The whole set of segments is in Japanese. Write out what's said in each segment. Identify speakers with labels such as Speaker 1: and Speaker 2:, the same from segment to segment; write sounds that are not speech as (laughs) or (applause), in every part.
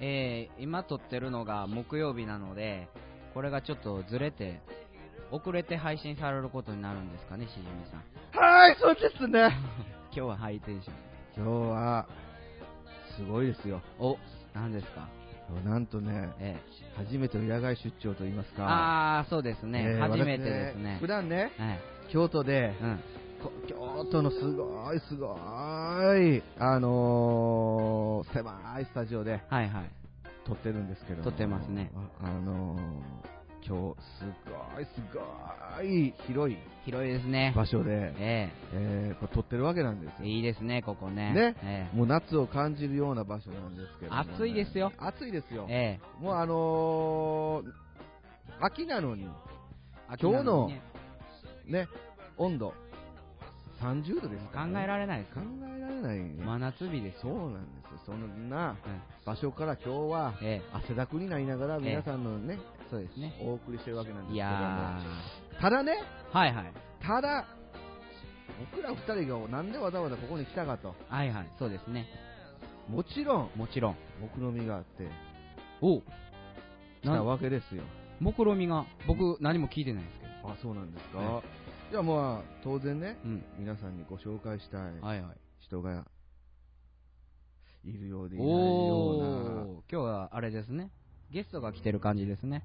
Speaker 1: えー、今撮ってるのが木曜日なので、これがちょっとずれて、遅れて配信されることになるんですかね、しじみさん。
Speaker 2: はい、そうですね。
Speaker 1: 今日はハイテンション。
Speaker 2: 今日は、すごいですよ。
Speaker 1: お、何ですか
Speaker 2: なんとね、
Speaker 1: ええ
Speaker 2: 初めての野外出張といいますか。
Speaker 1: あー、そうですね。
Speaker 2: えー
Speaker 1: 初めてです
Speaker 2: 私
Speaker 1: ね
Speaker 2: 普。段ね、
Speaker 1: はい。
Speaker 2: 京都で、
Speaker 1: うん。
Speaker 2: こ京都のすごいすごい、あのー、狭いスタジオで
Speaker 1: はいはい。
Speaker 2: 撮ってるんですけども
Speaker 1: 撮ってますね。
Speaker 2: ああのー、今日、すごいすごい広い
Speaker 1: 広いですね。
Speaker 2: 場所で、
Speaker 1: え
Speaker 2: えーこれ撮ってるわけなんです
Speaker 1: え
Speaker 2: よ。
Speaker 1: いいですね、ここね。
Speaker 2: ね
Speaker 1: え
Speaker 2: もう夏を感じるような場所なんですけどもね、
Speaker 1: 暑いですよ
Speaker 2: 暑いですよ。
Speaker 1: ええ
Speaker 2: もうあのー、秋なのに、
Speaker 1: え
Speaker 2: 今日の
Speaker 1: 秋なにね
Speaker 2: ね、温度、30度です
Speaker 1: 考
Speaker 2: からね、
Speaker 1: えられないです
Speaker 2: 考
Speaker 1: か
Speaker 2: えられない、ね
Speaker 1: 真夏日です
Speaker 2: そう
Speaker 1: よ。
Speaker 2: なんですよ。そんな
Speaker 1: うん
Speaker 2: 場所から今日は、
Speaker 1: ええ
Speaker 2: 汗だくになりながら皆さんのね、
Speaker 1: そうですね。
Speaker 2: お送りしてるわけなんです
Speaker 1: い
Speaker 2: けど
Speaker 1: やー
Speaker 2: も。ただね、
Speaker 1: はいはい。
Speaker 2: ただ、僕ら二人がなんでわざわざここに来たかと。
Speaker 1: はいはい、そうですね。
Speaker 2: もちろん、
Speaker 1: もちろん。
Speaker 2: 目論見があって、
Speaker 1: お
Speaker 2: 来たわけですよ。
Speaker 1: 目論みが、僕、何も聞いてないですけど。
Speaker 2: あ、そうなんですか。
Speaker 1: ね
Speaker 2: いや、まあ、当然ね、
Speaker 1: うん。
Speaker 2: 皆さんにご紹介したい
Speaker 1: はいはい。
Speaker 2: 人がいるようでいないような。
Speaker 1: おー、今日はあれですね。ゲストが来てる感じですね。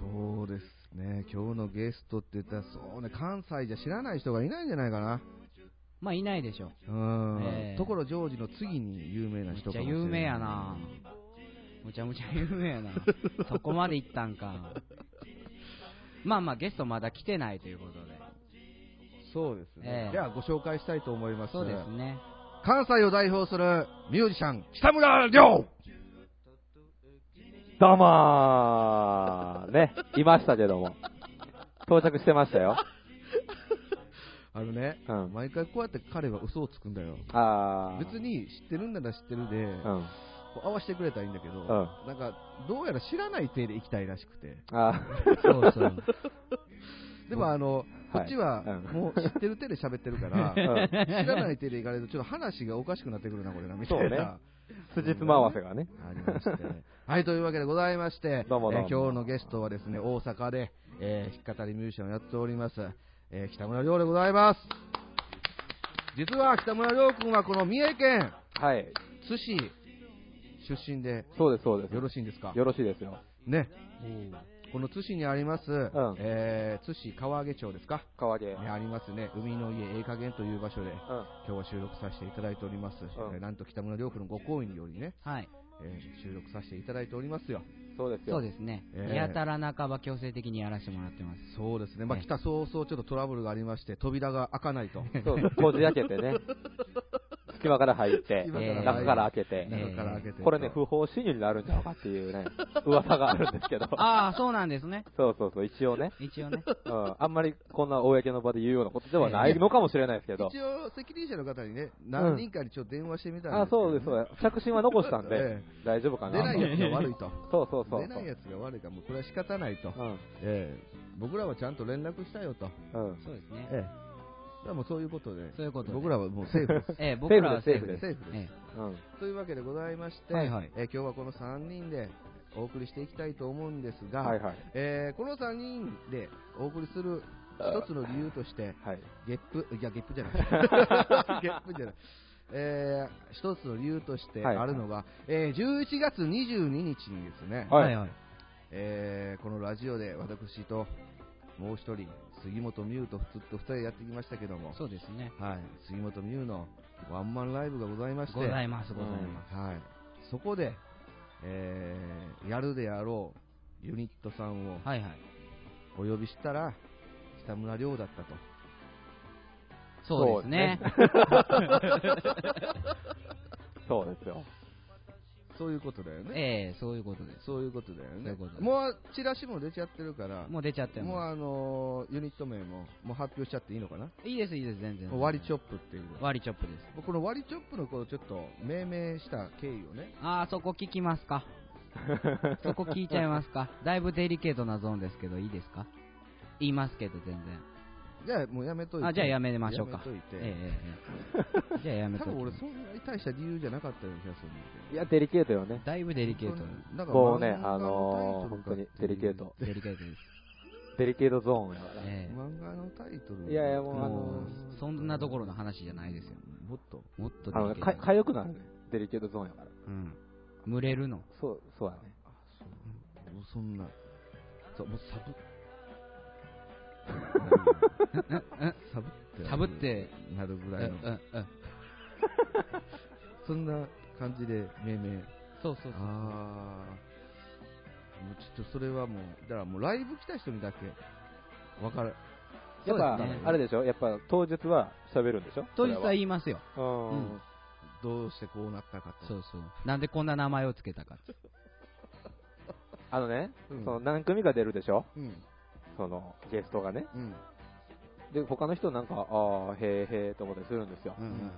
Speaker 2: そうですね、今日のゲストって言ったら、そうね、関西じゃ知らない人がいないんじゃないかな。
Speaker 1: まあ、いないでしょう。
Speaker 2: うん、
Speaker 1: ええ
Speaker 2: ところジョージの次に有名な
Speaker 1: む
Speaker 2: 人
Speaker 1: ち
Speaker 2: か
Speaker 1: ゃ
Speaker 2: もしれない。
Speaker 1: 有名やなむちゃむちゃ有名や
Speaker 2: (laughs)
Speaker 1: なそこまで行ったんか。まあまあ、ゲストまだ来てないということで。
Speaker 2: そうですね
Speaker 1: え。え
Speaker 2: ではご紹介したいと思います。
Speaker 1: そうですね。
Speaker 2: 関西を代表するミュージシャン、北村亮
Speaker 3: どうもーね、いましたけども。到着してましたよ。
Speaker 2: あのね、
Speaker 3: うん
Speaker 2: 毎回こうやって彼は嘘をつくんだよ。
Speaker 3: あー。
Speaker 2: 別。に知ってるんなら知ってるで、
Speaker 3: うん。
Speaker 2: こう合わせてくれたらいいんだけど、
Speaker 3: ん
Speaker 2: なんか、どうやら知らない体で行きたいらしくて。
Speaker 3: あ
Speaker 1: そうそう。
Speaker 2: でもあの、こ
Speaker 3: はい
Speaker 2: っちは
Speaker 3: うん
Speaker 2: もう知ってる手で喋ってるから、
Speaker 3: ー。 (laughs) うん。
Speaker 2: 知らない手で行かれると、ちょっと話がおかしくなってくるな、これな、みたいな。
Speaker 3: (laughs) 筋つま合わせがね。
Speaker 2: ありまして。 (laughs) はい、というわけでございまして、
Speaker 3: どうもどうも
Speaker 2: えー今日のゲストはですね、大阪で、えー弾き語りミュージシャンをやっております、えー北村亮でございます。実は北村亮君はこの三重県
Speaker 3: はい。
Speaker 2: 津市出身で
Speaker 3: そうです、そうです。
Speaker 2: よろしいんですか
Speaker 3: よろしいですよ。
Speaker 2: ね。この津市にあります、
Speaker 3: ん
Speaker 2: えー津市川上町ですか、
Speaker 3: 川毛。う
Speaker 2: ねありますね、海の家ええ加減という場所で、
Speaker 3: ん。
Speaker 2: 今日は収録させていただいております、
Speaker 3: ん
Speaker 2: えーなんと北村亮君のご好意によりね、
Speaker 1: (laughs) はい。
Speaker 2: えー収録させていただいておりますよ。
Speaker 3: そうですよ。
Speaker 1: そうですね。
Speaker 2: ええ
Speaker 1: やたら半ば強制的にやらせてもらって
Speaker 2: (laughs)
Speaker 1: ます。
Speaker 2: そうですね、まあ、
Speaker 1: ね
Speaker 2: 来た早々ちょっとトラブルがありまして、扉が開かない
Speaker 3: (laughs)
Speaker 2: と。
Speaker 3: そうです。こじ開けてね。隙間から入って、
Speaker 2: 隙
Speaker 1: から入っ
Speaker 2: 間
Speaker 1: て
Speaker 3: 中から開け
Speaker 2: 中
Speaker 3: て。
Speaker 1: え
Speaker 2: から開けて、
Speaker 3: これね、不法侵入になるんじゃないかっていうね、噂があるんですけど。
Speaker 1: ああ、そうなんですね。
Speaker 3: そうそうそう、一応ね。
Speaker 1: 一応
Speaker 2: (laughs)
Speaker 1: ね。
Speaker 3: うん。あんまりこんな公の場で言うようなことではないのかもしれないですけど。
Speaker 2: 一応、責任者の方にね、何人かにちょっと電話してみたん
Speaker 3: あ
Speaker 2: ですけど
Speaker 3: そうです、そうです。着信は残したんで
Speaker 2: え、
Speaker 3: 大丈夫か
Speaker 2: 出
Speaker 3: な。
Speaker 2: ないやつが悪いと、
Speaker 3: そうそうそう。
Speaker 2: 出ないやつが悪いから、もうこれは仕方ないと、
Speaker 3: うん。
Speaker 2: ええ僕らはちゃんと連絡したよと、
Speaker 3: うん。
Speaker 1: そうですね。
Speaker 2: ええ、だからもうそういうことで、
Speaker 1: そういうことで
Speaker 2: 僕らはもうセーフ
Speaker 3: (laughs)
Speaker 2: です。
Speaker 1: ええ、僕らは
Speaker 3: セーフで
Speaker 2: セーフです
Speaker 1: え
Speaker 3: うん。
Speaker 2: というわけでございまして、
Speaker 1: はいはい
Speaker 2: えー今日はこの3人でお送りしていきたいと思うんですが、
Speaker 3: はいはい。
Speaker 2: えーこの3人でお送りする一つの理由として、
Speaker 3: はい。
Speaker 2: ゲップ、いや、ゲップじゃない、ゲップじゃない、えー一つの理由として
Speaker 3: はい
Speaker 2: あるのが、えー11月22日にですね、
Speaker 1: え
Speaker 3: はい
Speaker 1: はいはい。
Speaker 2: えーこのラジオで私ともう一人、杉本美優とずっと2人やってきましたけども、
Speaker 1: そうですね。
Speaker 2: はい、杉本美優のワンマンライブがございまして、
Speaker 1: ございます、ございま
Speaker 2: はい、そこで、えーやるであろうユニットさんを
Speaker 1: す。はいはい。
Speaker 2: お呼びしたら、北村亮だったと。
Speaker 1: そうですね。
Speaker 3: そうですよ。
Speaker 2: そういうことだよね。
Speaker 1: (laughs) ええ、そういうことです。
Speaker 2: そういうことだよ
Speaker 1: そうい
Speaker 2: ね
Speaker 1: うこと。です
Speaker 2: もうチラシも出ちゃってるから、も
Speaker 1: もう出ちゃって
Speaker 2: う
Speaker 1: ま
Speaker 2: あのーユニット名ももう発表しちゃっていいのかな。
Speaker 1: す。いいです、いいです、全然。
Speaker 2: 割りチョ
Speaker 1: ッ
Speaker 2: ップっていう。
Speaker 1: プ。割りチョップです。
Speaker 2: この割りチョップのことをちょっと命名した経緯をね、
Speaker 1: ああ、そこ聞きます
Speaker 2: (laughs)
Speaker 1: か。そこ聞いちゃいますか。だいぶデリケートなゾーンですけど、いいですか言いますけど、全然。
Speaker 2: じゃあもうやめといて。
Speaker 1: あ、じゃあやめましょうか。
Speaker 2: やめといて。
Speaker 1: え
Speaker 2: (laughs)
Speaker 1: えええええじゃあやめ
Speaker 2: 多
Speaker 1: とい
Speaker 2: 分
Speaker 1: て
Speaker 2: 俺そんなに大した理由じゃなかったような気がするんだ
Speaker 3: いや、デリケートよね。
Speaker 1: だいぶデリケー
Speaker 2: け
Speaker 1: ト
Speaker 2: ど。。なんか
Speaker 3: こうね
Speaker 2: 漫画のタイトルかっていう
Speaker 3: あのー本当にデリケート
Speaker 1: デリケートです。
Speaker 3: デリケートゾーンやから。
Speaker 1: え
Speaker 2: (laughs)
Speaker 1: え
Speaker 2: 漫画のタイトル。
Speaker 3: いやいやもう
Speaker 1: も
Speaker 3: あの
Speaker 1: う、そんなところの話じゃないですよ。
Speaker 2: もっと。
Speaker 1: もっとデ
Speaker 3: あ
Speaker 1: リ
Speaker 3: のね、
Speaker 1: ケ
Speaker 3: か、
Speaker 1: ート。
Speaker 3: かゆくなるね。デリケートゾーンやから。
Speaker 1: うん。群れるの。
Speaker 3: そう、そうやね。
Speaker 2: あ、そう。もうそんな。そうもうサ
Speaker 1: (laughs)
Speaker 2: ブ。
Speaker 1: サ
Speaker 2: サブって。
Speaker 1: ブって。
Speaker 2: なるぐ
Speaker 1: うん
Speaker 2: らいの。
Speaker 1: うんうん。
Speaker 2: そんな感じで命名。
Speaker 1: そうそうそう。
Speaker 2: ああ。もうちょっとそれはもう、だからもうライブ来た人にだけ、わかる。
Speaker 3: やっぱ、
Speaker 1: そうですね
Speaker 3: あれでしょやっぱ当日は喋るんでしょ
Speaker 1: 当日は
Speaker 3: い。
Speaker 1: 言いますよ。
Speaker 3: うん。
Speaker 1: うん
Speaker 2: どうしてこうなったかと。
Speaker 1: そうそう。なんでこんな名前をつけたかって。
Speaker 3: あのね、
Speaker 2: うん
Speaker 3: その何組か出るでしょ
Speaker 2: うん。
Speaker 3: そのゲストがね。
Speaker 2: うん。
Speaker 3: で、他の人なんか、ああ、へーへーと思ってするんですよ
Speaker 2: う。んうん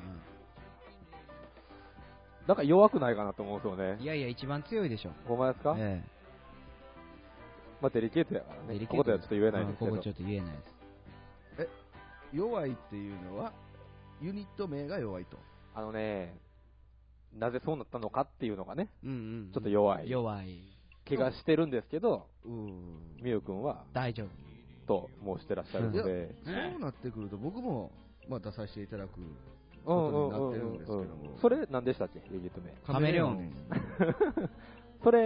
Speaker 3: なんか弱くないかなと思うんですよね
Speaker 1: い。やいや、一番強いでしょ。
Speaker 3: ほんまですか、
Speaker 1: え
Speaker 3: まあデリケートやから
Speaker 1: え。デ
Speaker 3: ね。
Speaker 1: リ
Speaker 3: こ
Speaker 1: ケ
Speaker 3: こ
Speaker 1: ー
Speaker 3: で
Speaker 1: ト
Speaker 3: はちょっと言えないん
Speaker 1: う
Speaker 3: で
Speaker 1: ん
Speaker 3: すけ
Speaker 1: こ
Speaker 3: ど。
Speaker 1: こちょっと言えないです。
Speaker 2: 弱いっていうのは、ユニット名が弱いと。
Speaker 3: あのね、なぜそうなったのかっていうのがね、
Speaker 1: うんうん。
Speaker 3: ちょっと弱い。
Speaker 1: 弱い。
Speaker 3: 怪我してるんですけど、
Speaker 2: うーん。
Speaker 3: みゆくんは、
Speaker 1: 大丈夫。
Speaker 3: と申してらっしゃるの
Speaker 2: い
Speaker 3: で、
Speaker 2: そうなってくると、僕も、まあ、出させていただく
Speaker 3: う
Speaker 2: こ
Speaker 3: ん
Speaker 2: とに
Speaker 3: う
Speaker 2: なっ
Speaker 3: ん
Speaker 2: て
Speaker 3: う
Speaker 2: るん
Speaker 3: ん
Speaker 2: ですけ
Speaker 3: う
Speaker 2: ど
Speaker 3: ん
Speaker 2: も。
Speaker 3: それ何でしたっけ、ユニット名。
Speaker 1: カメレオン
Speaker 3: それ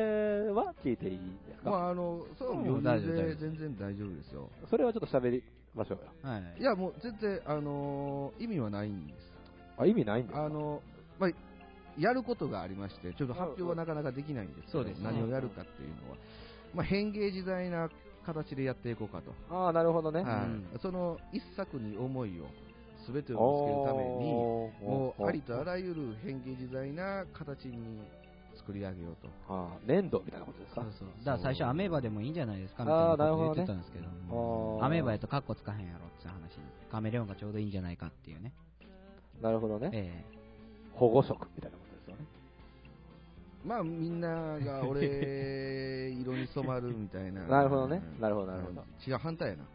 Speaker 3: は聞いていいですか、
Speaker 2: まあ、
Speaker 1: (laughs)
Speaker 2: あの、そう
Speaker 1: うん大丈夫大
Speaker 2: で
Speaker 1: 丈
Speaker 2: 全然大丈夫ですよ。
Speaker 3: それはちょっと喋りましょうよ。
Speaker 1: はい
Speaker 2: や、もう全然、あのー意味はないんです。
Speaker 3: あ、意味ないんですか
Speaker 2: あの、まあ、やることがありまして、ちょっと発表はなかなかできないんですけど
Speaker 1: そうですね
Speaker 2: 何をやるかっていうのは、まあ、変形自在な形でやっていこうかと。
Speaker 3: ああ、なるほどね。
Speaker 2: は
Speaker 1: う
Speaker 2: い
Speaker 1: ん
Speaker 2: その一作に思いを、すべて
Speaker 3: あ
Speaker 2: をぶつけるために、
Speaker 3: ー
Speaker 2: もうありとあ
Speaker 3: あ
Speaker 2: らゆる変形自在な形に作り上げようと。
Speaker 3: ー粘土みたいなことです
Speaker 1: そ
Speaker 3: か
Speaker 1: うそう。だから最初アメーバでもいいんじゃないですかみたい
Speaker 3: あ
Speaker 1: なこ
Speaker 3: ー
Speaker 1: と言
Speaker 3: なるほど
Speaker 1: っ
Speaker 3: ね
Speaker 1: てたんですけど。
Speaker 3: あー
Speaker 1: アメーバやとカッコつかへんやろって話になってカメレオンがちょうどいいんじゃないかっていうね。
Speaker 3: なるほどね。
Speaker 1: え
Speaker 3: 保護色みたいなことですよね。
Speaker 2: まあみんなが俺色に染まるみたいな。
Speaker 3: (laughs) なるほどねなるほどなるほど
Speaker 2: 違う、反対やな。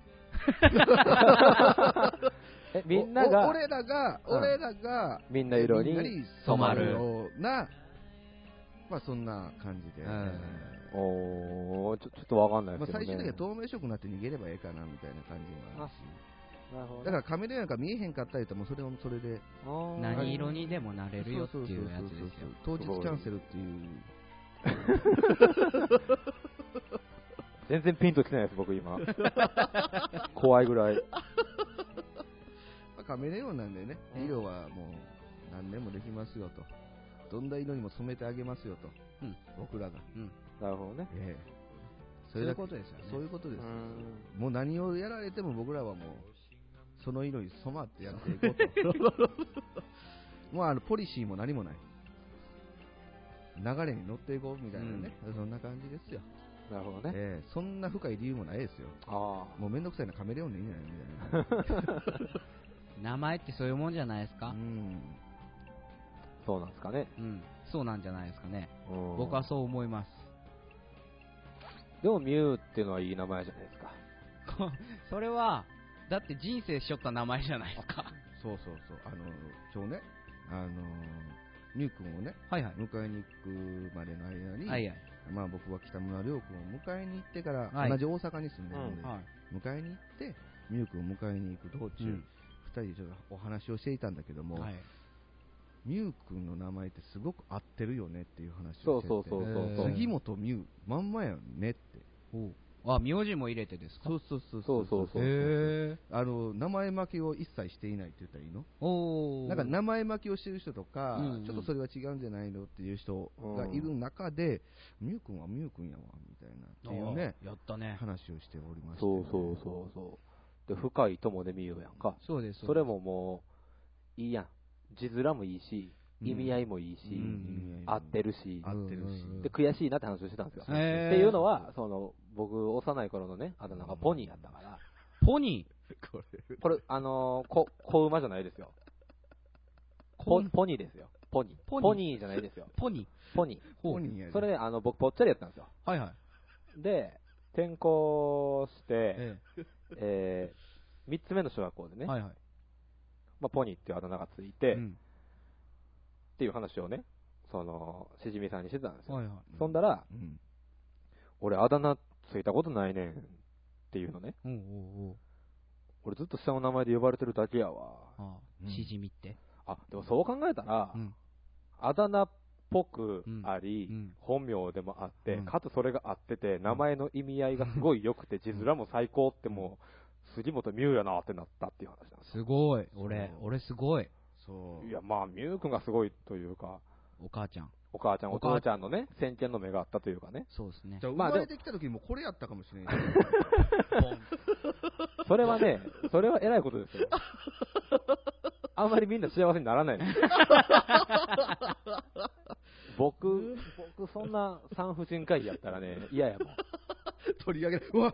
Speaker 3: え、みんなが、
Speaker 2: おお俺らが、
Speaker 3: うん
Speaker 2: 俺らが、
Speaker 3: みんな色に
Speaker 2: みんなに
Speaker 1: 染まる
Speaker 2: ような、まあそんな感じで。
Speaker 1: うん
Speaker 2: ま
Speaker 3: おーちょちょっとわかんないで
Speaker 2: あ
Speaker 3: すけど、
Speaker 2: 最
Speaker 3: ね。
Speaker 2: 終的には透明色になって逃げればええかなみたいな感じもある
Speaker 3: なるほど
Speaker 2: し。
Speaker 3: ね
Speaker 2: だからカメレオンなんか見えへんかったりともうそれもそれで。
Speaker 3: あー
Speaker 1: え何色にでもなれるよっていうやつですよ。
Speaker 2: そうそうそうそう当日キャンセルっていう。
Speaker 3: 全然ピンときてないです、
Speaker 2: (laughs)
Speaker 3: 僕今。怖いぐらい。
Speaker 2: まあカメレオンなんでね、
Speaker 3: うん
Speaker 2: 色はもう何でもできますよと。どんな色にも染めてあげますよと。
Speaker 1: うん
Speaker 2: 僕らが。
Speaker 1: うん。
Speaker 3: なるほどね。
Speaker 2: ええ。
Speaker 1: そ
Speaker 2: そう
Speaker 1: い
Speaker 2: れだ
Speaker 1: う
Speaker 2: け
Speaker 1: ことですよね。
Speaker 2: そういうことです。
Speaker 3: うん
Speaker 2: もう何をやられても僕らはもう、その色に染まってやっていこう (laughs) と。もうあの、ポリシーも何もない。流れに乗っていこうみたいなね。そんな感じですよ。
Speaker 3: なるほどね。
Speaker 2: ええそんな深い理由もないですよ。
Speaker 3: あ
Speaker 2: もうめんどくさいなカメレオンでいいんじゃないみたい
Speaker 1: 名前ってそういうもんじゃないです
Speaker 2: (laughs) な。
Speaker 1: か
Speaker 2: うん。
Speaker 3: あ、そうなんですかね。
Speaker 1: うん。そうなんじゃないですかね。
Speaker 3: うん
Speaker 1: 僕はそう思います。 (laughs)
Speaker 3: でも、ミュウっていうのはいい名前じゃないですか。
Speaker 1: こそれは、だって人生しょった名前じゃないですか。
Speaker 2: そうそうそう。あの、今日ね、あの、ミュウ君をね、
Speaker 1: はいはい。
Speaker 2: 迎えに行くまでの間に、
Speaker 1: はいはい。
Speaker 2: まあ僕は北村亮君を迎えに行ってから、
Speaker 1: はい
Speaker 2: 同じ大阪に住んでるんで、
Speaker 1: はい。
Speaker 2: 迎えに行って、ミュウ君を迎えに行く道中、
Speaker 1: うん
Speaker 2: 二人でちょっとお話をしていたんだけども、
Speaker 1: はい。
Speaker 2: ミュウ君の名前ってすごく合ってるよねっていう話
Speaker 3: そ
Speaker 2: を
Speaker 3: う
Speaker 2: してて、
Speaker 3: そうそうそうそう。
Speaker 1: えー
Speaker 2: 杉本ミュウ、まんまやねって。
Speaker 1: あ、名字も入れてですか
Speaker 2: そうそうそう
Speaker 3: そうそうそう
Speaker 1: へ
Speaker 2: あの名前負けを一切していないって言ったらいいの
Speaker 1: ー。おー。
Speaker 2: なんか名前負けをしてる人とか、
Speaker 1: うんうん
Speaker 2: ちょっとそれは違うんじゃないのっていう人がいる中で、ミュウ君はミュウ君やわ、みたいなっていうね、
Speaker 1: あーやったね。
Speaker 2: 話をしておりました
Speaker 3: そうそうそうそう。で、深い友でミュウやんか。
Speaker 1: そうです。
Speaker 3: それももう、いいやん。字面もいいし、意味合いもいいし、
Speaker 2: うんうん
Speaker 3: 合ってるし、
Speaker 2: 合ってるし、
Speaker 1: うんうん
Speaker 3: で、悔しいなって話をしてたんですよ。
Speaker 1: へー
Speaker 3: っていうのは、その、僕、幼い頃のね、あだ名がポニーやったから、
Speaker 1: ポニ
Speaker 2: これ
Speaker 3: これ、あのー、こ、子馬じゃないですよ。ポ、ポニーですよ。ポニー。
Speaker 1: ポニー
Speaker 3: ポニーじゃないですよ。
Speaker 1: ー。ポニ
Speaker 3: ポニ
Speaker 1: ー。ほう
Speaker 2: 本人や
Speaker 3: ー。
Speaker 2: で
Speaker 3: それで、あの、僕、ぽっちゃりやったんですよ。
Speaker 1: はいはい。
Speaker 3: で、転校して、えー3つ目の小学校でね、
Speaker 2: はいはい。
Speaker 3: まあ、ポニーっていうあだ名がついて、
Speaker 1: う
Speaker 3: っ
Speaker 1: ん
Speaker 3: ていう話をね、その、しじみさんにしてたんですよ。
Speaker 1: はいはい。
Speaker 3: そんだら、
Speaker 2: うん。
Speaker 3: 俺あだ名ついたことないねんっていうのね。
Speaker 1: おうおうおう
Speaker 3: 俺ずっと下の名前で呼ばれてるだけやわ。
Speaker 1: あ
Speaker 2: うん
Speaker 1: あ、しじみって。
Speaker 3: あ、でもそう考えたら、
Speaker 1: うん
Speaker 3: あだ名っぽくあり、
Speaker 1: うん
Speaker 3: 本名でもあって、
Speaker 1: うん
Speaker 3: かつそれがあってて、名前の意味合いがすごい良
Speaker 1: (laughs)
Speaker 3: くて、字面も最高ってもう、杉本美優やなってなったっていう話なんです
Speaker 1: すごい。俺
Speaker 2: そ、う
Speaker 1: 俺すごい。
Speaker 2: そう。
Speaker 3: よ。いや、まあ、美優君がすごいというか、
Speaker 1: お母ちゃん。
Speaker 3: お母ちゃん、
Speaker 1: お
Speaker 3: お
Speaker 1: 母
Speaker 3: 父ちゃんのね、先見の目があったというかね。
Speaker 1: そうですね
Speaker 2: じ。ゃあ、生
Speaker 3: まあ
Speaker 2: ま
Speaker 3: でも
Speaker 2: れてきた時にもこれやったかもしれんよ。
Speaker 3: それ
Speaker 1: (laughs)
Speaker 3: はね、それは偉いことですよ。あんまりみんな幸せにならない
Speaker 1: (laughs)
Speaker 3: んですよ僕、僕、そんな産婦人科医やったらね、嫌やもん。
Speaker 2: (laughs) 取り上げる。うわ、
Speaker 3: (laughs)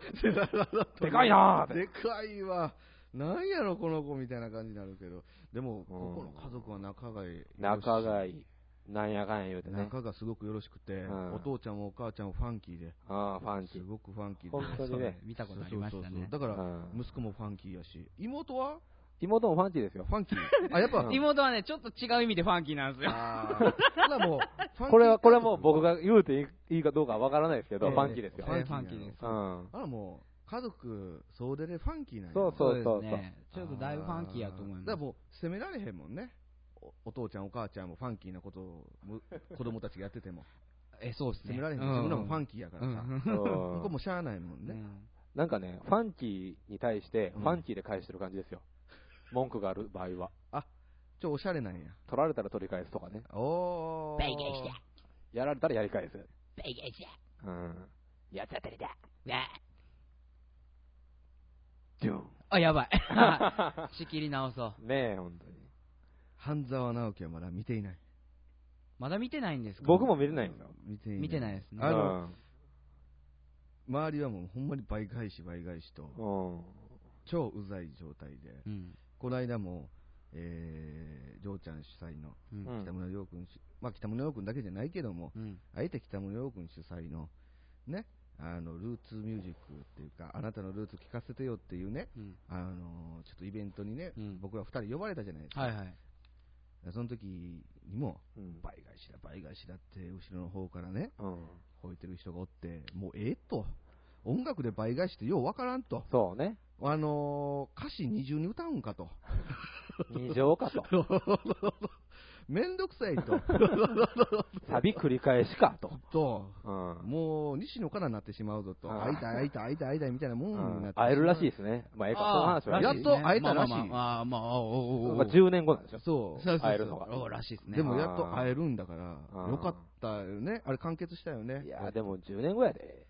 Speaker 3: でかいなーっ
Speaker 2: (laughs)
Speaker 3: て
Speaker 2: でかいわ。なんやろ、この子みたいな感じになるけど。でも、ここの家族は仲がいいよし。
Speaker 3: 仲がいい。なんやかんや言うてね。
Speaker 2: 仲がすごくよろしくて、
Speaker 3: うん
Speaker 2: お父ちゃんもお母ちゃんもファンキーで、
Speaker 3: ああ、ファン
Speaker 2: す
Speaker 3: キー。
Speaker 2: ごくファンキーで。
Speaker 3: 本当にね。
Speaker 1: 見たことありましたね
Speaker 2: だ。か
Speaker 3: う
Speaker 2: ら、
Speaker 3: ん
Speaker 2: 息子もファンキーやし、妹は
Speaker 3: 妹もファンキーですよ。
Speaker 2: ファンキー。あ、やっぱ、
Speaker 3: うん
Speaker 1: 妹はね、ちょっと違う意味でファンキーなんですよ。
Speaker 2: あーほなもうファンキー
Speaker 3: これは、これはもう僕が言うていいいいかどうかはわからないですけど、
Speaker 2: ええ
Speaker 3: ファンキーですよ
Speaker 1: フ。ァン
Speaker 2: なの
Speaker 1: ファンキーです
Speaker 3: うん。
Speaker 2: あらもう、家族総出でファンキーなんや
Speaker 3: そうそう
Speaker 1: ですね。ちょっとだいぶファンキーやと思い
Speaker 2: あ
Speaker 1: ま
Speaker 2: ーだから
Speaker 1: す。
Speaker 2: もう、責められへんもんね。おお父ちゃん、お母ちゃんもファンキーなことをむ子供たちがやってても。
Speaker 1: え、そうですね。
Speaker 2: 責められへん。自分らもファンキーやから
Speaker 1: う
Speaker 2: さ。
Speaker 1: ん
Speaker 3: そう
Speaker 2: (laughs) ここもしゃあないもん
Speaker 1: う
Speaker 2: ね。
Speaker 1: ん
Speaker 3: なんかね、ファンキーに対して、
Speaker 2: うん
Speaker 3: ファンキーで返してる感じですよ。文句がある場合は。
Speaker 2: ちょ、おしゃれなんや。
Speaker 3: 取られたら取り返すとかね。
Speaker 2: おー。
Speaker 4: ベイゲーして、
Speaker 3: やられたらやり返す。
Speaker 4: ベイゲーして、
Speaker 3: うん。
Speaker 4: 四つ当たりだ。なあ
Speaker 3: ジュン。
Speaker 1: あ、やばい。
Speaker 2: (laughs)
Speaker 1: 仕切り直そう。
Speaker 3: ねえ、本当に。
Speaker 2: 半沢直樹はまだ見ていない。
Speaker 1: まだ見てないんですか
Speaker 3: 僕も見れないんですよ。
Speaker 2: 見ていない。
Speaker 1: 見てないですね
Speaker 2: あの、
Speaker 3: の、
Speaker 2: 周りはもうほんまに倍返し倍返しと、
Speaker 3: うん。
Speaker 2: 超うざい状態で。
Speaker 1: うん。
Speaker 2: この間も、えー、ジョーちゃん主催の
Speaker 1: うん
Speaker 3: うん
Speaker 2: 北村陽君、まあ北村陽君だけじゃないけども、
Speaker 1: うん。
Speaker 2: あえて北村陽君主催の、ね、あの、ルーツミュージックっていうか、あなたのルーツ聞かせてよっていうね、
Speaker 1: うん。
Speaker 2: あのーちょっとイベントにね、
Speaker 1: うん
Speaker 2: 僕ら二人呼ばれたじゃないですか。
Speaker 1: はいはい。
Speaker 2: その時にも、
Speaker 3: うん。
Speaker 2: 倍返しだ、倍返しだって、後ろの方からね、
Speaker 3: うん。
Speaker 2: 吠えてる人がおって、もうええと。音楽で倍返しってようわからんと。
Speaker 3: そうね。
Speaker 2: あのー歌詞二重に歌うんかと。
Speaker 3: (laughs) 二乗
Speaker 2: (laughs)
Speaker 3: かと。
Speaker 2: めんどくさい
Speaker 3: (laughs)
Speaker 2: と。
Speaker 3: サビ繰り返しかと。
Speaker 2: と、
Speaker 3: うん。
Speaker 2: もう西野からなってしまうぞと、
Speaker 3: ああ
Speaker 2: 会いたい、会いたい、会いたい、会いたいみたいなもんになってしまう
Speaker 3: 会えるらしいですね。まあ、ええか、その話は
Speaker 2: あー
Speaker 3: ね
Speaker 2: やっと会えたらしい
Speaker 1: まあまあまあまあ、まあおうおうお
Speaker 3: ま
Speaker 1: う
Speaker 3: あ、10年後なんですよ。
Speaker 2: そう
Speaker 1: そうそうそう
Speaker 3: 会えるのが
Speaker 1: おうらしいですね。
Speaker 2: でもやっと会えるんだから、
Speaker 3: ああ
Speaker 2: よかったよね、あれ完結したよね
Speaker 3: い、やーでも10年後やで。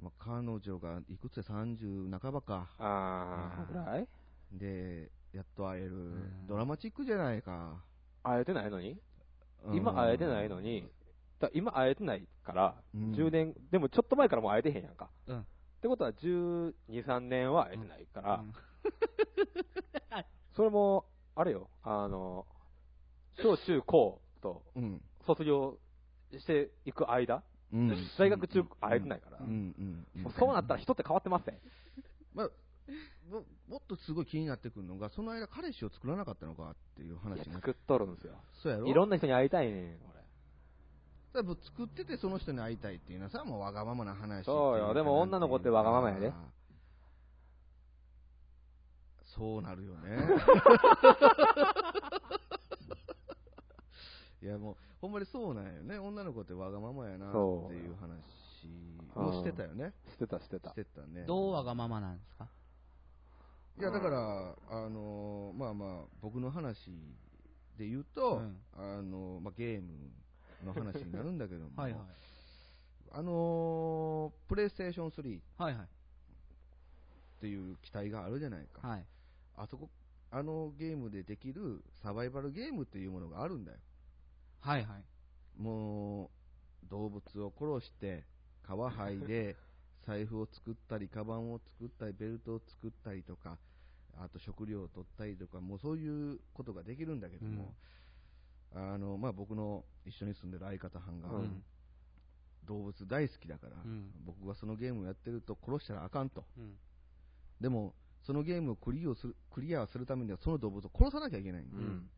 Speaker 2: まあ、彼女がいくつで30半ばか、
Speaker 3: あー、ぐらい
Speaker 2: で、やっと会える
Speaker 1: ん、
Speaker 2: ドラマチックじゃないか、
Speaker 3: 会えてないのに
Speaker 2: うん
Speaker 3: 今会えてないのに、だ今会えてないから、
Speaker 2: うん
Speaker 3: 10年、でもちょっと前からもう会えてへんやんか。
Speaker 1: うん
Speaker 3: ってことは12、3年は会えてないから、
Speaker 1: うん
Speaker 3: それも、あれよ、あの、小中高と
Speaker 2: うん、
Speaker 3: 卒業していく間、
Speaker 2: うん
Speaker 3: 大学中会えてないから、
Speaker 2: うんうんうん
Speaker 3: もうそうなったら人って変わってますね。
Speaker 2: まあ、ももっとすごい気になってくるのが、その間、彼氏を作らなかったのかっていう話
Speaker 3: いや
Speaker 2: になって
Speaker 3: 作っとるんですよ。
Speaker 2: そうやろ
Speaker 3: いろんな人に会いたいねん、俺。
Speaker 2: 多分作っててその人に会いたいっていうのはさ、もうわがままな話っていか
Speaker 3: そうよでも女の子ってわがままや。
Speaker 2: なん
Speaker 3: で
Speaker 2: ていうかそうなるよ
Speaker 3: (laughs)
Speaker 2: ね。いやもう、ほんまにそうなんよね。女の子ってわがままやなっていう話もしてたよね。
Speaker 3: してた、してた
Speaker 2: し。てたね。
Speaker 1: どうわがままなんですか
Speaker 2: いや、だから、あのーまあまあ、僕の話で言うと、
Speaker 1: うん
Speaker 2: あのーまあ、ゲームの話になるんだけども、
Speaker 1: (laughs) はいはい。
Speaker 2: あのープレイステーション3っ
Speaker 1: はいはい。
Speaker 2: ていう機体があるじゃないか。
Speaker 1: はい。
Speaker 2: あそこ、あのゲームでできるサバイバルゲームっていうものがあるんだよ。
Speaker 1: はいはい。
Speaker 2: もう、動物を殺して、皮剥
Speaker 1: (laughs)
Speaker 2: いで、財布を作ったり、カバンを作ったり、ベルトを作ったりとか、あと食料を取ったりとか、もうそういうことができるんだけども、あの、まあ、僕の一緒に住んでる相方はんが、
Speaker 3: うん
Speaker 2: 動物大好きだから、
Speaker 1: うん
Speaker 2: 僕がそのゲームをやってると殺したらあかんと。
Speaker 1: うん
Speaker 2: でも、そのゲームをクリアをするクリアするためにはその動物を殺さなきゃいけないんだ、
Speaker 1: うん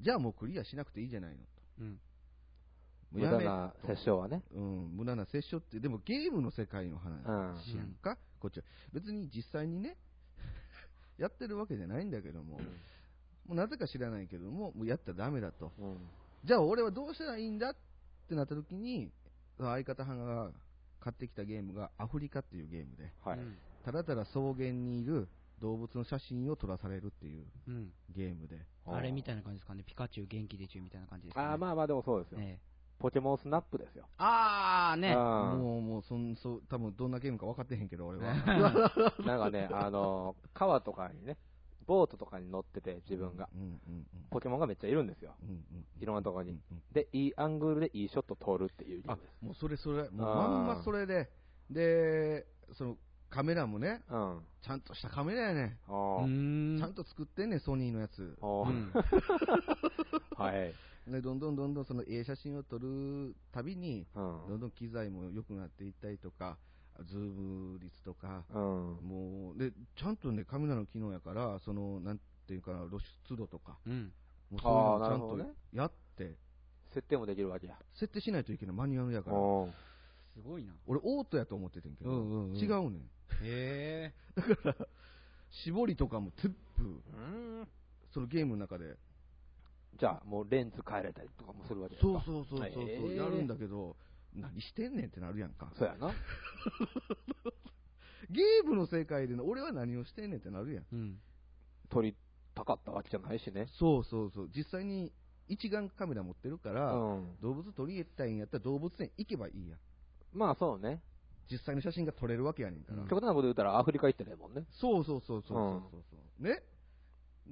Speaker 2: じゃあもうクリアしなくていいじゃないの
Speaker 1: うん
Speaker 2: も
Speaker 3: 無
Speaker 2: うや
Speaker 3: 駄
Speaker 2: め
Speaker 3: な殺生はね。
Speaker 2: うん、無駄な殺生ってでもゲームの世界の話
Speaker 3: うん。
Speaker 2: やんか、こっちは別に実際にね (laughs) やってるわけじゃないんだけども、もうなぜか知らないけどももうやったらダメだと
Speaker 3: うん。
Speaker 2: じゃあ俺はどうしたらいいんだってなった時に相方派が買ってきたゲームがアフリカっていうゲームで
Speaker 3: はい。
Speaker 1: うん
Speaker 2: ただただ草原にいる動物の写真を撮らされるっていう
Speaker 1: うん
Speaker 2: ゲームで
Speaker 1: あれみたい
Speaker 3: い
Speaker 1: な感じですかねピカチュウ元気でちゅうみたいな感じですかね
Speaker 3: ああ、まあまあでもそうですよ。
Speaker 1: ええ
Speaker 3: ポケモンスナップですよ。
Speaker 1: あーね
Speaker 3: うん
Speaker 2: もうもうそんそう多分どんなゲームか分かってへんけど俺は
Speaker 3: なんかね、あの、川とかにね、ボートとかに乗ってて、自分が。
Speaker 2: うんうんうん
Speaker 3: ポケモンがめっちゃいるんですよ。
Speaker 2: うんうん
Speaker 3: いろんなとこ
Speaker 2: うん
Speaker 3: に。
Speaker 2: うん
Speaker 3: で、いいアングルでいいショット通るっていうゲー
Speaker 2: あ
Speaker 3: ムです。
Speaker 2: もうそれそれ、もう
Speaker 3: あー
Speaker 2: まんまそれで、で、そのカメラもね、
Speaker 3: うん。
Speaker 2: ちゃんとしたカメラやね、
Speaker 3: あー
Speaker 1: (laughs) うーん
Speaker 2: ちゃんと作ってんねんソニーのやつ。
Speaker 3: あー
Speaker 1: うん
Speaker 3: はい。
Speaker 2: で、どんどんどんどんそのええ写真を撮るたびに、
Speaker 3: う
Speaker 2: どんどん機材も良くなっていったりとか、ズーム率とか、
Speaker 3: ん。うん。
Speaker 2: もう、で、ちゃんとね、カメラの機能やから、その、なんていうかな、露出度とか、
Speaker 1: うん
Speaker 2: もうそういうのをち
Speaker 3: あーな
Speaker 2: ゃ
Speaker 3: る
Speaker 2: ん
Speaker 3: ほどね
Speaker 2: とやって、
Speaker 3: 設定もできるわけや。
Speaker 2: 設定しないといけないマニュアルやから、
Speaker 3: うん。
Speaker 1: すごいな
Speaker 2: 俺オートやと思っててんけど、
Speaker 1: うんうんうん
Speaker 2: 違うねん。
Speaker 1: へえ
Speaker 2: 絞りとかも全部、
Speaker 3: うん
Speaker 2: そのゲームの中で、
Speaker 3: じゃあ、もうレンズ変えられたりとかもするわけや
Speaker 2: そうそうそうそうそう、
Speaker 3: えー
Speaker 2: やるんだけど、何してんねんってなるやんか。
Speaker 3: そうやな。
Speaker 2: ゲームの世界での俺は何をしてんねんってなるやん。
Speaker 1: うん
Speaker 3: 撮りたかったわけじゃないしね。
Speaker 2: そうそうそう、実際に一眼カメラ持ってるか
Speaker 3: う
Speaker 2: ら、
Speaker 3: ん。
Speaker 2: 動物取り入れたいんやったら動物園行けばいいやん。
Speaker 3: まあそうね。
Speaker 2: 実際の写真が撮れるわけやねんから。
Speaker 1: うん
Speaker 3: 極端なこと言うたらアフリカ行ってねもんね。
Speaker 2: そうそうそうそうそうそうそう、ね。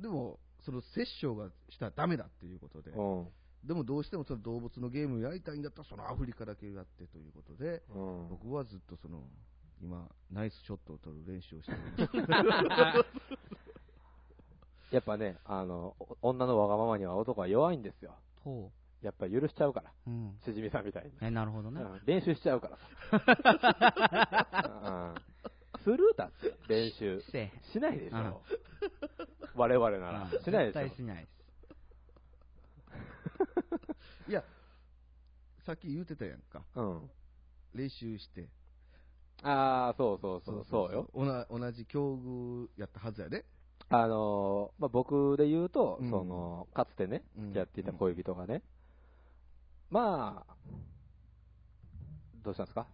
Speaker 2: でも、その殺生がしたらダメだっていうことで、
Speaker 3: う
Speaker 2: でもどうしてもその動物のゲームをやりたいんだったら、そのアフリカだけやってということで、
Speaker 3: ん。うん。
Speaker 2: 僕はずっとその今、ナイスショットを撮る練習をしており
Speaker 3: (laughs)
Speaker 2: ます。
Speaker 3: やっぱね、あの、お女のわがままには男は弱いんですよ。
Speaker 1: ほ
Speaker 3: やっぱ許しちゃうから。
Speaker 1: ううん
Speaker 3: しじみさんみたいに。
Speaker 1: えなるほどね
Speaker 3: うん練習しちゃう (laughs) から。うんするだって、練習。
Speaker 1: せえ
Speaker 3: しないでしょ。我々なら。しないでしょ。
Speaker 1: 絶対しないです
Speaker 2: いや、さっき言うてたやんか、
Speaker 3: うん。
Speaker 2: 練習して、
Speaker 3: ああ、そうそうそう、そうよ。
Speaker 2: おな同じ境遇やったはずやで、
Speaker 3: あのーまあ、僕で言うと、
Speaker 2: うん
Speaker 3: その、かつてね
Speaker 2: うん、
Speaker 3: やっていた恋人がね、まあ、どうしたんですか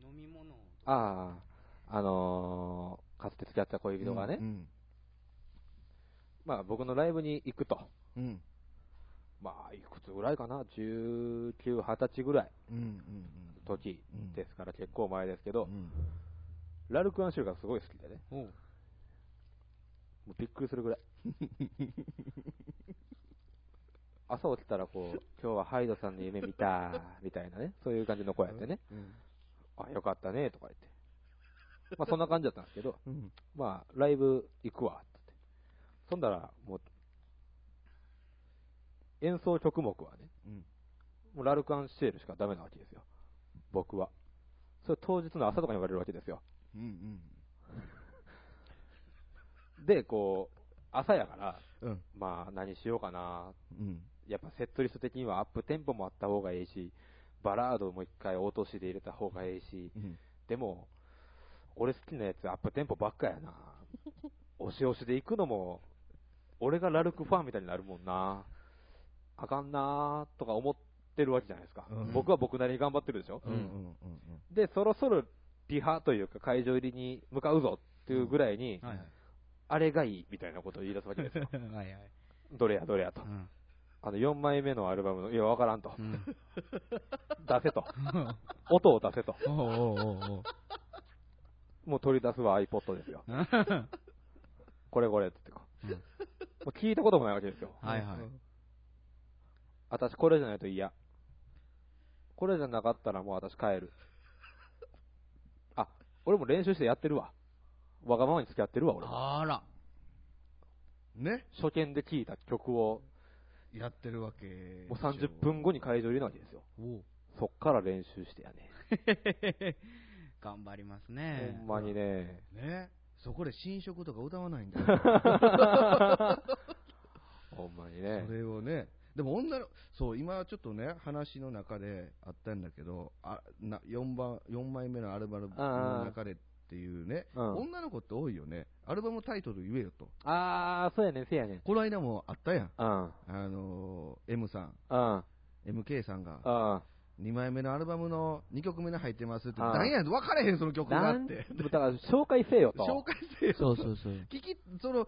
Speaker 1: 飲み物を
Speaker 3: ああ、あのーかつて付き合ってた恋人がね、
Speaker 2: うん、
Speaker 3: まあ僕のライブに行くと、
Speaker 2: うん、
Speaker 3: まあ、いくつぐらいかな、19、20歳ぐらい
Speaker 2: うん、うん、うん、
Speaker 3: の時
Speaker 2: うん
Speaker 3: ですから結構前ですけど、
Speaker 2: うん
Speaker 3: ラルクアンシュがすごい好きでね、
Speaker 1: おう
Speaker 3: もうびっくりするぐら
Speaker 2: (laughs)
Speaker 3: い。朝起きたらこう、今日はハイドさんの夢見た、みたいなね、そういう感じの子やってね、
Speaker 2: うん
Speaker 3: あ、よかったね、とか言って。まあそんな感じだったんですけど、
Speaker 2: うん、
Speaker 3: まあライブ行くわ、って。そんだら、もう、演奏曲目はね、
Speaker 2: うん、
Speaker 3: もうラルクアンシェールしかダメなわけですよ。僕は。それ当日の朝とかに言われるわけですよ。
Speaker 2: うん、
Speaker 3: で、こう、朝やから、
Speaker 2: うん、
Speaker 3: まあ何しようかな、
Speaker 2: うん、
Speaker 3: やっぱセットリスト的にはアップテンポもあった方がいいし、バラードも一回落としで入れた方がいいし、
Speaker 2: うん、
Speaker 3: でも、俺好きなやつアップテンポばっかやな。押し押しで行くのも、俺がラルクファンみたいになるもんな。あかんなーとか思ってるわけじゃないですか。
Speaker 2: うん
Speaker 3: 僕は僕なりに頑張ってるでしょ、
Speaker 2: うん、うん、うん、
Speaker 3: で、そろそろリハというか会場入りに向かうぞっていうぐらいに、
Speaker 1: はい
Speaker 3: あれがいいみたいなことを言い出すわけですよ。
Speaker 1: はいはい
Speaker 3: どれやどれや
Speaker 1: う
Speaker 3: と。
Speaker 1: ん
Speaker 3: あの、4枚目のアルバムの、いや、わからんと。
Speaker 1: うん
Speaker 3: 出せと。音を出せと。
Speaker 1: (laughs) おうおうおうおう
Speaker 3: もう取り出すは iPod ですよ。これこれって言って
Speaker 1: うん
Speaker 3: こう。もう聞いたこともないわけですよ。
Speaker 1: はいはい
Speaker 3: 私これじゃないと嫌。これじゃなかったらもう私帰る。あ、俺も練習してやってるわ。わがままに付き合ってるわ、俺。
Speaker 1: あら
Speaker 2: ね、
Speaker 3: 初見で聴いた曲を、
Speaker 2: やってるわけ。
Speaker 3: もう30分後に会場入りなわけですよ。
Speaker 1: おう
Speaker 3: そっから練習してやね。
Speaker 1: 頑張ります
Speaker 3: ほ
Speaker 1: ね
Speaker 3: んまにね、
Speaker 2: ね、そこで新色とか歌わない
Speaker 3: (laughs)
Speaker 2: んだよ
Speaker 3: ほんまに
Speaker 2: そ
Speaker 3: ね。
Speaker 2: れをねでも女のそう今ちょっとね話の中であったんだけどあな 4, 番4枚目のアルバムの中でっていうね、
Speaker 3: うん
Speaker 2: 女の子って多いよねアルバムタイトル言えよと
Speaker 3: あー、そうやねん、そうやねん。
Speaker 2: この間もあったやん
Speaker 3: うん、うん、
Speaker 2: あのー M さん
Speaker 3: うん。
Speaker 2: MK さんが
Speaker 3: あ
Speaker 2: 2枚目のアルバムの2曲目の入ってますって、
Speaker 3: ああ
Speaker 2: なんや、分からへん、その曲があ
Speaker 3: な
Speaker 2: っ
Speaker 3: ん
Speaker 2: て。
Speaker 3: だから、紹介せよと。
Speaker 2: 紹介せよ。
Speaker 1: そうそうそう。
Speaker 2: 聞き、その、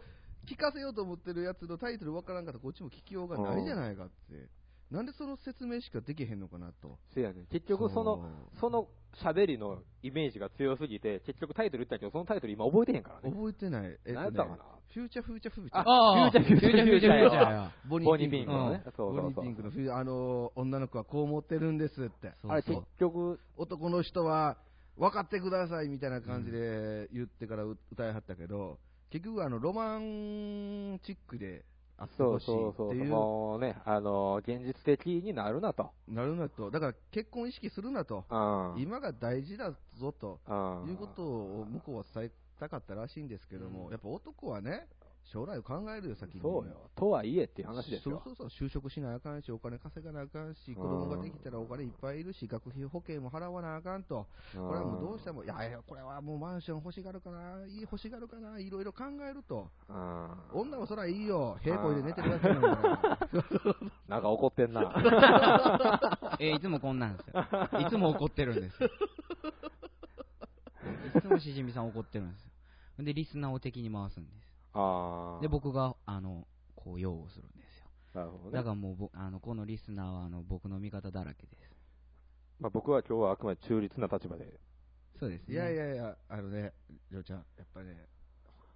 Speaker 2: 聞かせようと思ってるやつのタイトル分からんかったらこっちも聞きようがないじゃないかって。なんでその説明しかできへんのかなと。
Speaker 3: そうやねん。結局、その、その喋りのイメージが強すぎて、結局タイトル言ったけど、そのタイトル今覚えてへんからね。
Speaker 2: 覚えてない。え
Speaker 3: 何やったかな
Speaker 2: フューチャーフューチャーフューチャー。
Speaker 1: あ
Speaker 3: フューチャーフューチャー
Speaker 1: フューチャーフューチャーや
Speaker 2: ボ
Speaker 3: ボニーピンクのね
Speaker 2: うん
Speaker 3: そうそうそう
Speaker 2: ボニーピンクのフューあのー女の子はこう思ってるんですって。
Speaker 1: そう
Speaker 3: あれ、
Speaker 1: そ
Speaker 3: 結
Speaker 1: う
Speaker 3: 局、
Speaker 2: 男の人は分かってくださいみたいな感じで言ってからう歌いはったけど、結局あのロマンチックであって
Speaker 3: そ
Speaker 2: ほ
Speaker 3: う
Speaker 2: しい
Speaker 3: そうそう
Speaker 2: っ
Speaker 3: そ
Speaker 2: て
Speaker 3: う、
Speaker 2: いう
Speaker 3: もうね、あの現実的になるなと。
Speaker 2: なるなとだから結婚意識するなと、
Speaker 3: うん。
Speaker 2: 今が大事だぞと
Speaker 3: うん
Speaker 2: いうことを向こうは伝えたかったらしいんですけども、
Speaker 3: うん
Speaker 2: やっぱ男はね将来を考えるよ先に
Speaker 3: そうよ。とはいえっていう話ですよ。
Speaker 2: そうそうそう就職しなあかんしお金稼がなあかんし子供ができたらお金いっぱいいるし学費保険も払わなあかんと
Speaker 3: うん
Speaker 2: これはもうどうしても、いやいや、これはもうマンション欲しがるかな、いい欲しがるかな、いろいろ考えると、
Speaker 3: うん
Speaker 2: 女はそらいいよ、平行で寝てるだけなんだから、
Speaker 3: なんか怒ってんな。
Speaker 1: えーいつもこんなんですよ。
Speaker 3: (laughs)
Speaker 1: いつも怒ってるんですよ。いつもしじみさん怒ってるんですよ。で、リスナーを敵に回すんで
Speaker 3: あ
Speaker 1: す。
Speaker 2: (laughs)
Speaker 3: ー
Speaker 1: で、僕が、あの、こう、擁護するんですよ。
Speaker 3: なるほどね
Speaker 1: だからもうぼ、あの、このリスナーは、あの、僕の味方だらけで
Speaker 3: まあ、僕は今日はあくまで中立な立場で。
Speaker 1: す。そうですね。
Speaker 2: いやいやいや、あのね、りょうちゃん、やっぱね、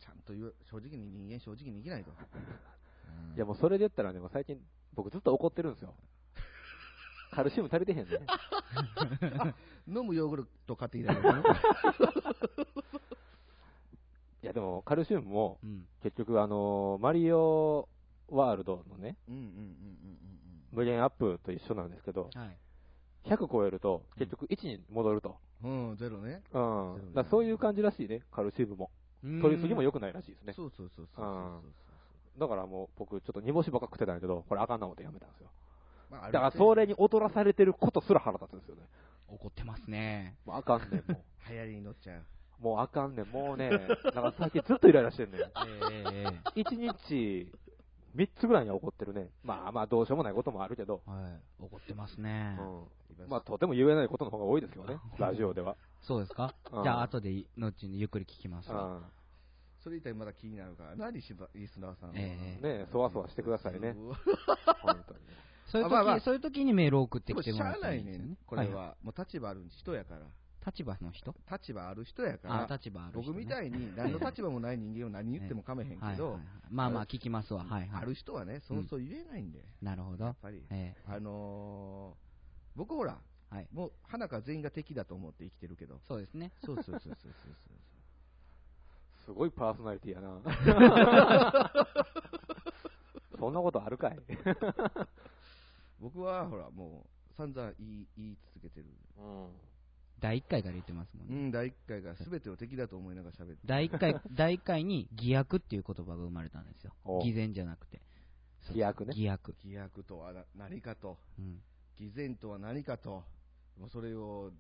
Speaker 2: ちゃんと言う、正直に人間、正直に生
Speaker 1: (laughs)
Speaker 2: きないと。
Speaker 3: いやもうそれで言ったらね、もう最近僕ずっと怒ってるんで
Speaker 2: (laughs)
Speaker 3: すよ。カルシウム足りてへんね。
Speaker 2: 飲むヨーグルト買ってきた
Speaker 1: (laughs)
Speaker 2: けどね
Speaker 3: いやでもカルシウムも
Speaker 1: うん。
Speaker 3: 結局あのーマリオワールドのね、
Speaker 2: うんうんうん
Speaker 3: 無限アップと一緒なんですけど、
Speaker 1: はい。
Speaker 3: 100超えると結局1に戻ると。
Speaker 2: うんうん。うん、ゼロね。
Speaker 3: うん
Speaker 2: そうね。
Speaker 3: だからそういう感じらしいね、カルシウムも。取りすぎも良くないらしいですね。
Speaker 2: そうそうそうそうそう
Speaker 3: あー
Speaker 2: そう
Speaker 3: だからもう僕ちょっと煮干しばっか食ってたんやけど、これあかんな思ってやめたんですよ。
Speaker 2: まああ
Speaker 3: だ
Speaker 2: る
Speaker 3: から
Speaker 2: 程
Speaker 3: それに劣らされてることすら腹立つんですよね。
Speaker 1: 怒ってますね。
Speaker 3: もうあかんねん、も
Speaker 2: 度流行りに乗っちゃう。
Speaker 3: う。もうあかんねん、もうね。だから最近ずっとイライラしてんねん。
Speaker 1: ええええ
Speaker 3: 一日三つぐらいには怒ってるね。まあまあどうしようもないこともあるけど、
Speaker 1: はい。怒ってます
Speaker 3: う
Speaker 1: ね。
Speaker 3: ん。
Speaker 2: 今
Speaker 3: まあとても言えないことの方が多いですけどね、 (laughs) ラジオでは。
Speaker 1: そうですか
Speaker 3: うん
Speaker 1: じゃあ、後でい、後にゆっくり聞きますわ。
Speaker 3: う
Speaker 2: それ以外まだ気になるから、何しば、リスナーさんは。
Speaker 1: え
Speaker 3: ん。ねえ、そわそわしてくださいね。
Speaker 2: うわ
Speaker 3: 本当にね。
Speaker 1: そういう時、
Speaker 2: あまあまあ
Speaker 1: そういう時にメールを送っ
Speaker 2: で
Speaker 1: て
Speaker 2: も
Speaker 1: きて
Speaker 2: し
Speaker 1: も
Speaker 2: ゃ
Speaker 1: らっ
Speaker 2: あ
Speaker 1: た
Speaker 2: な
Speaker 1: らいい
Speaker 2: い
Speaker 1: んです
Speaker 2: ね
Speaker 1: よね
Speaker 2: ん。これ
Speaker 1: いい
Speaker 2: は、もう立場ある人やから。
Speaker 1: 立場の人
Speaker 2: 立場ある人やか
Speaker 1: あ
Speaker 2: ら、
Speaker 1: 立場ある人ね、
Speaker 2: 僕みたいに何の立場もない人間を何言ってもかめへん
Speaker 1: はい
Speaker 2: け
Speaker 1: はい
Speaker 2: ど
Speaker 1: はい、まあまあ聞きますわ。はいは
Speaker 2: あ
Speaker 1: い
Speaker 2: る。人はね、そうそう言えないんで、
Speaker 1: なるほ
Speaker 2: や
Speaker 1: ど
Speaker 2: っ。ぱり。
Speaker 1: え
Speaker 2: あのー、僕ほら、
Speaker 1: えはい。
Speaker 2: もう、花から全員が敵だと思って生きてるけど、
Speaker 1: そうですね。
Speaker 2: そうそうそうそうそうそう。
Speaker 3: すごいパーソナリティやな。 (laughs) そんなことあるかい。
Speaker 2: (laughs) 僕はほら、もう、散々言い言い続けてる。
Speaker 3: うん。
Speaker 1: 第1回から言ってますもん
Speaker 2: う
Speaker 1: ね。
Speaker 2: ん、第1回が全てを敵だと思いながら喋って。 (laughs)
Speaker 1: 第1回、第一回に偽悪っていう言葉が生まれたんですよ
Speaker 3: お。
Speaker 1: 偽善じゃなくて。
Speaker 3: 飛躍ね。
Speaker 1: 偽悪。
Speaker 2: 偽悪とはな何かと、
Speaker 1: うん。
Speaker 2: 偽善とは何かと、もうそれを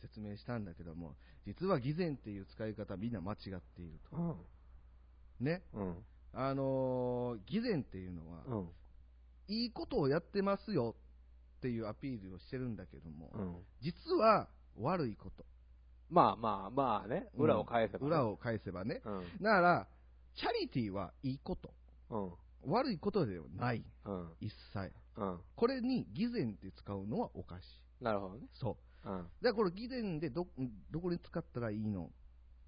Speaker 2: 説明したんだけども、実は偽善っていう使い方、みんな間違っていると。
Speaker 3: うん。
Speaker 2: ね。
Speaker 3: うん。
Speaker 2: あのー偽善っていうのは、
Speaker 3: うん。
Speaker 2: いいことをやってますよっていうアピールをしてるんだけども、
Speaker 3: うん。
Speaker 2: 実は悪いこと。
Speaker 3: まあまあまあね、裏を返せば、
Speaker 2: 裏。を返せばね。
Speaker 3: うん。
Speaker 2: だから、チャリティーはいいこと。
Speaker 3: うん。
Speaker 2: 悪いことではない。
Speaker 3: うん。
Speaker 2: 一切。
Speaker 3: うん。
Speaker 2: これに偽善って使うのはおかしい。
Speaker 3: なるほどね。
Speaker 2: そう。
Speaker 3: うん。
Speaker 2: だからこれ偽善でど、どこに使ったらいいの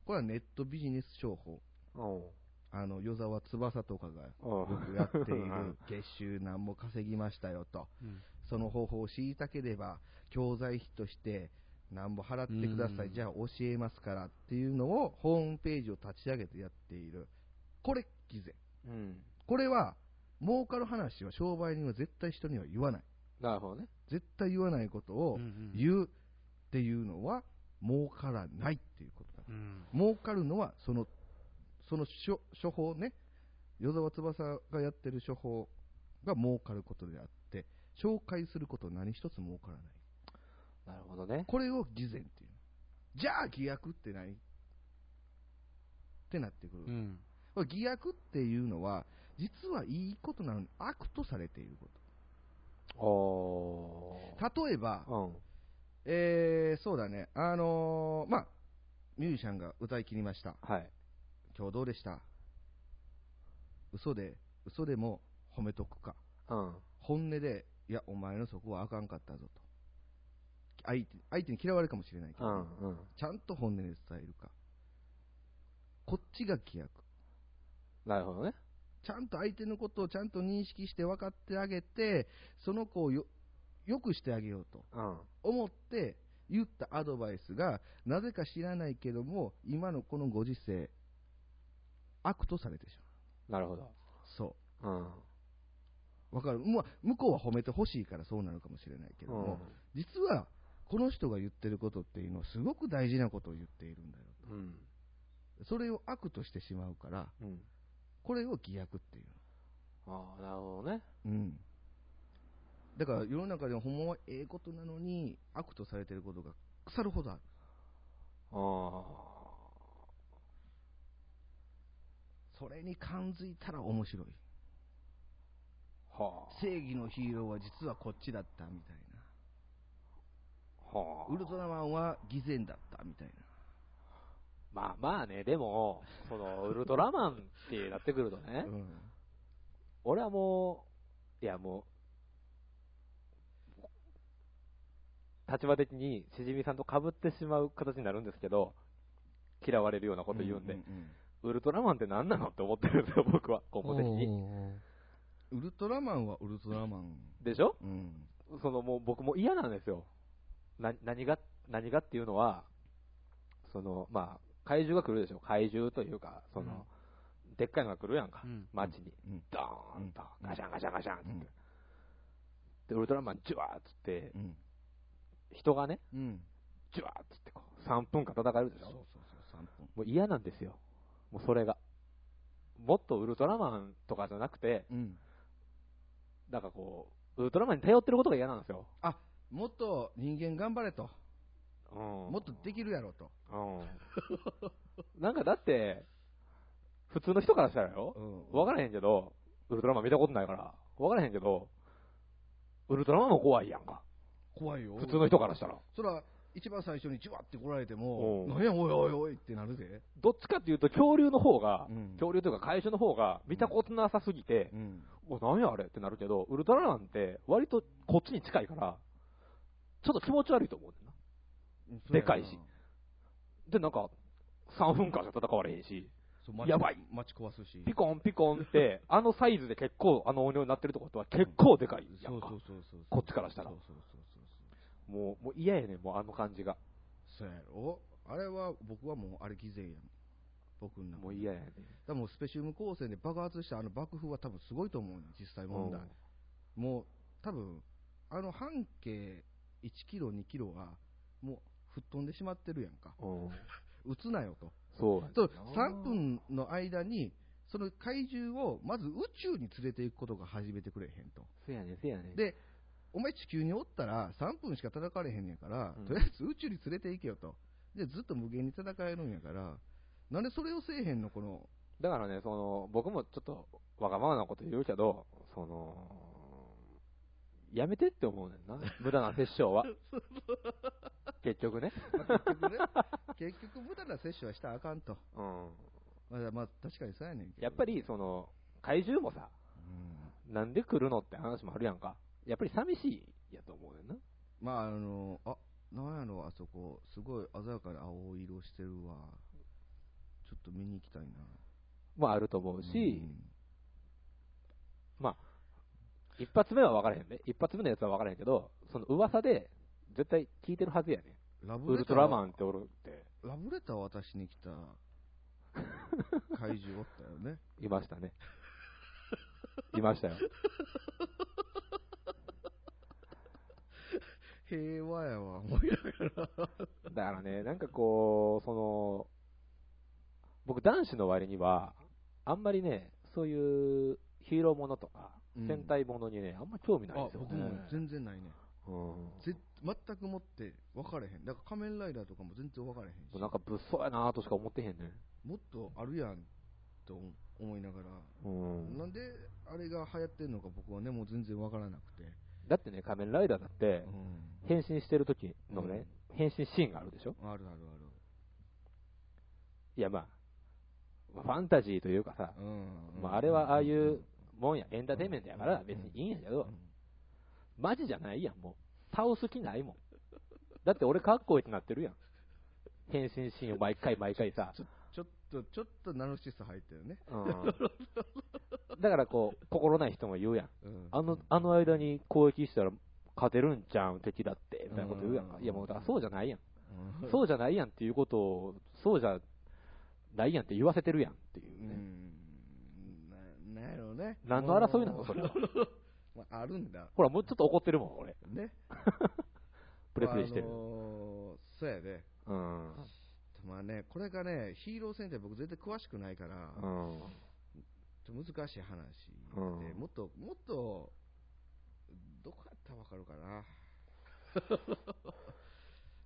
Speaker 2: これはネットビジネス商法。
Speaker 3: おう
Speaker 2: あの、与沢翼とかが
Speaker 3: おう
Speaker 2: よくやってい
Speaker 1: (laughs)
Speaker 3: う
Speaker 2: る
Speaker 3: ん、
Speaker 2: 月収何も稼ぎましたよと。
Speaker 1: うん
Speaker 2: その方法を知りたければ、教材費として何ぼ払ってくださ
Speaker 1: う
Speaker 2: い、
Speaker 1: ん
Speaker 2: じゃあ教えますからっていうのをホームページを立ち上げてやっている。これ、偽善。
Speaker 3: うん。
Speaker 2: これは、儲かる話は商売人は絶対人には言わない。
Speaker 3: なるほどね。
Speaker 2: 絶対言わないこと
Speaker 1: う
Speaker 2: を
Speaker 1: んうん
Speaker 2: 言うっていうのは、儲からないっていうことだ。
Speaker 1: うん
Speaker 2: 儲かるのはそのその処処方ね、与沢翼がやってる処方が儲かることであって、紹介すること何一つ儲からない。
Speaker 3: なるほどね。
Speaker 2: これを偽善っていう。じゃあ偽薬って何ってなってくる。
Speaker 1: うん。
Speaker 2: これ偽薬っていうのは、実はいいことなのに悪とされているこ
Speaker 3: お
Speaker 2: と。例えば、
Speaker 3: うん。
Speaker 2: えー、そうだね、あのーまあ、ミュージシャンが歌い切りました。
Speaker 3: はい。
Speaker 2: 今日どうでした嘘で、嘘でも褒めとくか。
Speaker 3: うん。
Speaker 2: 本音で、いや、お前のそこはあかんかったぞと。相手相手に嫌われるかもしれないけ
Speaker 3: う
Speaker 2: ど、
Speaker 3: ん。うん。
Speaker 2: ちゃんと本音で伝えるか。こっちが規約。
Speaker 3: なるほどね。
Speaker 2: ちゃんと相手のことをちゃんと認識して分かってあげて、その子をよ、良くしてあげようと
Speaker 3: うん。
Speaker 2: 思って言ったアドバイスが、なぜか知らないけども、今のこのご時世、悪とされてしま
Speaker 3: なるほど。
Speaker 2: う。そう。
Speaker 3: うん。
Speaker 2: わかる、まあ、向こうは褒めてほしいからそうなのかもしれないけども、実はこの人が言ってることっていうのはすごく大事なことを言っているんだよ
Speaker 3: うん。
Speaker 2: とそれを悪としてしまうから
Speaker 3: うん。
Speaker 2: これを偽悪っていう
Speaker 3: ああ、なるほどね。
Speaker 2: の、うん、だから世の中ではほんまはええことなのに悪とされてることが腐るほどある
Speaker 3: あ
Speaker 2: それに感づいたら面白い
Speaker 3: あ。はあ。
Speaker 2: 正義のヒーローは実はこっちだったみたいな
Speaker 3: はあ。
Speaker 2: ウルトラマンは偽善だったみたいな
Speaker 3: まあまあね、でも、その、ウルトラマンってなってくるとね、
Speaker 2: うん
Speaker 3: 俺はもう、いやもう、立場的にしじみさんと被ってしまう形になるんですけど、嫌われるようなこと言うんで、ウルトラマンって何なのって思ってるんですよ、僕は、根本的
Speaker 2: う
Speaker 3: に。
Speaker 2: んウルトラマンはウルトラマン
Speaker 3: でしょ
Speaker 2: うん
Speaker 3: そのもう僕も嫌なんですよ。な、何が、何がっていうのは、その、まあ、怪獣が来るでしょ。怪獣というか、その、でっかいのが来るやんか、
Speaker 1: うん
Speaker 3: 街に。
Speaker 2: うん
Speaker 3: ドーンと、ガシャンガシャンガシャンっつって。
Speaker 2: うん
Speaker 3: で、ウルトラマン、ジュワーっつって
Speaker 2: う、ん
Speaker 3: 人がね、
Speaker 2: うん
Speaker 3: ジュワーっつってこう、3分間戦えるでし
Speaker 2: そう
Speaker 3: ょ。
Speaker 2: そうそう3分
Speaker 3: もう嫌なんですよ。もうそれが。もっとウルトラマンとかじゃなくて、
Speaker 2: うん
Speaker 3: なんかこう、ウルトラマンに頼ってることが嫌なんですよ。
Speaker 2: あもっと人間頑張れと
Speaker 3: うん。
Speaker 2: もっとできるやろと
Speaker 3: うん。なんかだって、普通の人からしたらよ、わからへんけど、ウルトラマン見たことないから、わからへんけど、ウルトラマンも怖いやんか。
Speaker 2: 怖いよ
Speaker 3: 普通の人からしたら。
Speaker 2: そら一番最初にじわって来られて
Speaker 3: う
Speaker 2: も
Speaker 3: ん
Speaker 2: 何やおいおいおいってなるぜ
Speaker 3: どっちかっていうと、恐竜の方が、
Speaker 2: うん
Speaker 3: 恐竜というか怪獣の方が、見たことなさすぎて
Speaker 2: う、ん
Speaker 3: お、なんやあれってなるけど、ウルトラマンって、割とこっちに近いから、ちょっと気持ち悪いと思うねんな。でかいしで、なんか、3分間じゃ戦われへんし、
Speaker 2: そう街
Speaker 3: やばい
Speaker 2: 街壊すし
Speaker 3: ピコンピコン (laughs) って、あのサイズで結構、あの音量になってるってことは結構でかいや
Speaker 2: そ
Speaker 3: ん
Speaker 2: う
Speaker 3: か
Speaker 2: そ。うそうそう
Speaker 3: こっちからしたら
Speaker 2: そうそうそうそうそう
Speaker 3: もう、もう嫌やねん、もうあの感じが。
Speaker 2: そうやろあれは僕はもうあれ偽善やん僕の中で
Speaker 3: もう嫌やねん。
Speaker 2: 多分スペシウム光線で爆発したあの爆風は多分すごいと思うね実際問題、もう多分あの半径1キロ2キロがもう吹っ飛んでしまってるやんか
Speaker 3: うん。うん
Speaker 2: 撃つなよと
Speaker 3: そうやねんな。
Speaker 2: と3分の間にその怪獣をまず宇宙に連れていくことが始めてくれへんと
Speaker 3: せやねん、せやねん。
Speaker 2: でお前地球におったら3分しか叩かれへんねんから、
Speaker 3: うん
Speaker 2: とりあえず宇宙に連れて行けよとでずっと無限に戦えるんやからなんでそれをせえへんのこの
Speaker 3: だからね、その、僕もちょっと、わがままなこと言うけど、その、やめてって思うねん (laughs) な。無駄な殺生 (laughs) は。結局ね。
Speaker 2: まあ結
Speaker 3: (laughs)
Speaker 2: 局ね、結局無駄な摂取はしたらあかんと。
Speaker 3: うん。
Speaker 2: まあ、まあ、確かにそうやねんけど。
Speaker 3: やっぱり、その、怪獣もさ、
Speaker 2: うん
Speaker 3: なんで来るのって話もあるやんか。やっぱり寂しいやと思うねんな。
Speaker 2: まあ、あの、あ、なんやろ、あそこ、すごい鮮やかな青色してるわ。ちょっと見に行きたいな。
Speaker 3: もあると思うし
Speaker 2: う、
Speaker 3: まあ、一発目は分からへんね。一発目のやつは分からへんけど、その噂で、絶対聞いてるはずやね
Speaker 2: んラ
Speaker 3: ん。
Speaker 2: ブ
Speaker 3: ウ
Speaker 2: レ
Speaker 3: ル
Speaker 2: タ
Speaker 3: ト
Speaker 2: ー
Speaker 3: ラマンっておるって、
Speaker 2: ラブレター渡しに来
Speaker 3: (laughs)
Speaker 2: た怪獣おったよね。
Speaker 3: いまし
Speaker 2: (laughs)
Speaker 3: たね。いましたよ。
Speaker 2: 平和やわ、思いながら。
Speaker 3: だからね、なんかこう、その、僕男子の割には、あんまりね、そういうヒーローものとか、
Speaker 2: うん
Speaker 3: 戦隊ものにね、あんま興味ないん
Speaker 2: あ
Speaker 3: ですよね。
Speaker 2: 僕も全然ないね
Speaker 3: うん
Speaker 2: ぜ全くもって分かれへんだから仮面ライダーとかも全然分かれへんし
Speaker 3: なんか物騒やなとしか思ってへんね。
Speaker 2: もっとあるやんと思思いながら
Speaker 3: うん
Speaker 2: なんであれが流行ってるのか僕はねもう全然分からなくて、
Speaker 3: だってね、仮面ライダーだって、
Speaker 2: うん、
Speaker 3: 変身してる時のね、変身シーンがあるでしょ
Speaker 2: あるある
Speaker 3: いや、まあ、まあファンタジーというかさ
Speaker 2: あ、る、うん
Speaker 3: まあ、あれはああい
Speaker 2: ん
Speaker 3: うもんや、エンターテインメントやから
Speaker 2: うん
Speaker 3: 別にいいんやけど、
Speaker 2: うん
Speaker 3: マジじゃないやん、もう。倒す気ないもん。だって俺かっこいいってなってるやん。変身シーンを毎回毎回さ。
Speaker 2: ちょちょっとちょっとナルシス入ったよね、
Speaker 3: うんだからこう、心ない人も言うやん。
Speaker 2: うん、
Speaker 3: あの、あの間に攻撃したら勝てるんじゃん、敵だって、みたいなこと言うやん
Speaker 2: う
Speaker 3: か。
Speaker 2: ん
Speaker 3: いやもうだからそうじゃないやん。
Speaker 2: うん
Speaker 3: そうじゃないやんっていうことを、そうじゃないやんって言わせてるやんっていううね。
Speaker 2: んななんやろうね
Speaker 3: 何の争いなのそれは。
Speaker 2: (laughs) まあ、あるんだ
Speaker 3: ほら、もうちょっと怒ってるもん、俺。
Speaker 2: ね
Speaker 3: プレスリーしてる
Speaker 2: あ。のーそうやで
Speaker 3: うん。
Speaker 2: まあねこれがねヒーロー戦隊僕全然詳しくないから、
Speaker 3: うん。
Speaker 2: ちょっと難しい話で、
Speaker 3: うん
Speaker 2: もっともっとどこやったらわかるかな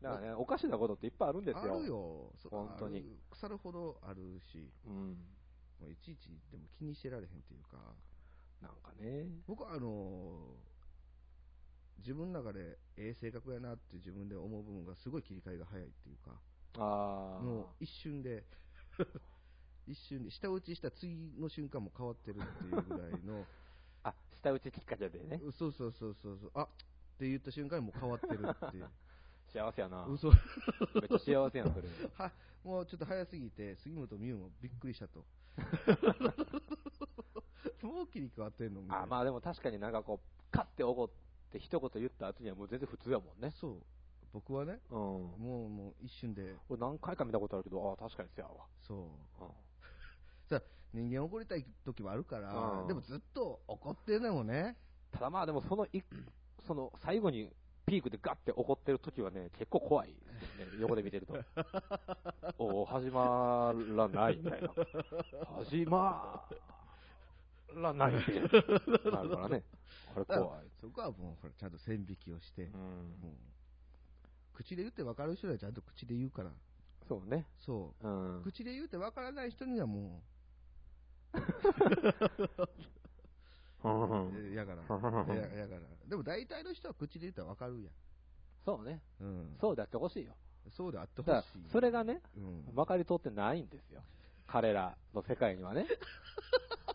Speaker 3: だからね、おかしなことっていっぱいあるんですよ。
Speaker 2: あるよそ
Speaker 3: 本当に
Speaker 2: ある腐るほどあるし
Speaker 3: うん。
Speaker 2: もういちいちでも気にしてられへんっていうか
Speaker 3: なんかね。
Speaker 2: 僕はあのー自分の中でええ性格やなって自分で思う部分がすごい切り替えが早いっていうか
Speaker 3: ああ。
Speaker 2: もう一瞬で (laughs) 一瞬で下打ちした次の瞬間も変わってるっていうぐらい
Speaker 3: (laughs)
Speaker 2: の
Speaker 3: あ、下打ちきっかけでね。
Speaker 2: そうそうそうそうそうあっって言った瞬間にもう変わってるっていう
Speaker 3: (laughs) 幸せやな。めっ
Speaker 2: 嘘
Speaker 3: ちゃ幸せやん、それ。
Speaker 2: はもうちょっと早すぎて、杉本美優もびっくりした
Speaker 3: (laughs)
Speaker 2: と。もう切り替わってんのみたいな
Speaker 3: あ、まあでも確かになんかこう、カッて怒って一言言った後にはもう全然普通やもんね。
Speaker 2: そう。僕はね、
Speaker 3: うん。
Speaker 2: もうもう一瞬で、
Speaker 3: 俺何回か見たことあるけど、ああ、確かにそうやわ。
Speaker 2: そう。
Speaker 3: うん
Speaker 2: 人間怒りたい時もあるから、
Speaker 3: うん
Speaker 2: でもずっと怒ってでもね、
Speaker 3: ただまあでもそのい、その最後にピークでガッて怒ってる時はね、結構怖いですね。横で見てると。おお、始まらないみたいな。始まらないみたいな。なるからね。あれ怖い。
Speaker 2: そこはもうほらちゃんと線引きをして、
Speaker 3: うん。
Speaker 2: もう口で言って分かる人にはちゃんと口で言うから、
Speaker 3: そうね。
Speaker 2: そうう。
Speaker 3: ん。
Speaker 2: 口で言うて分からない人にはもう、えーやから、ややから。でも大体の人は口で言ったら分かるやん。
Speaker 3: そうね。
Speaker 2: うん、
Speaker 3: そうであってほしいよ。
Speaker 2: そうであって
Speaker 3: だ
Speaker 2: ほ
Speaker 3: から
Speaker 2: しい。、
Speaker 3: それがね、
Speaker 2: うん、
Speaker 3: まかり通ってないんですよ。彼らの世界にはね。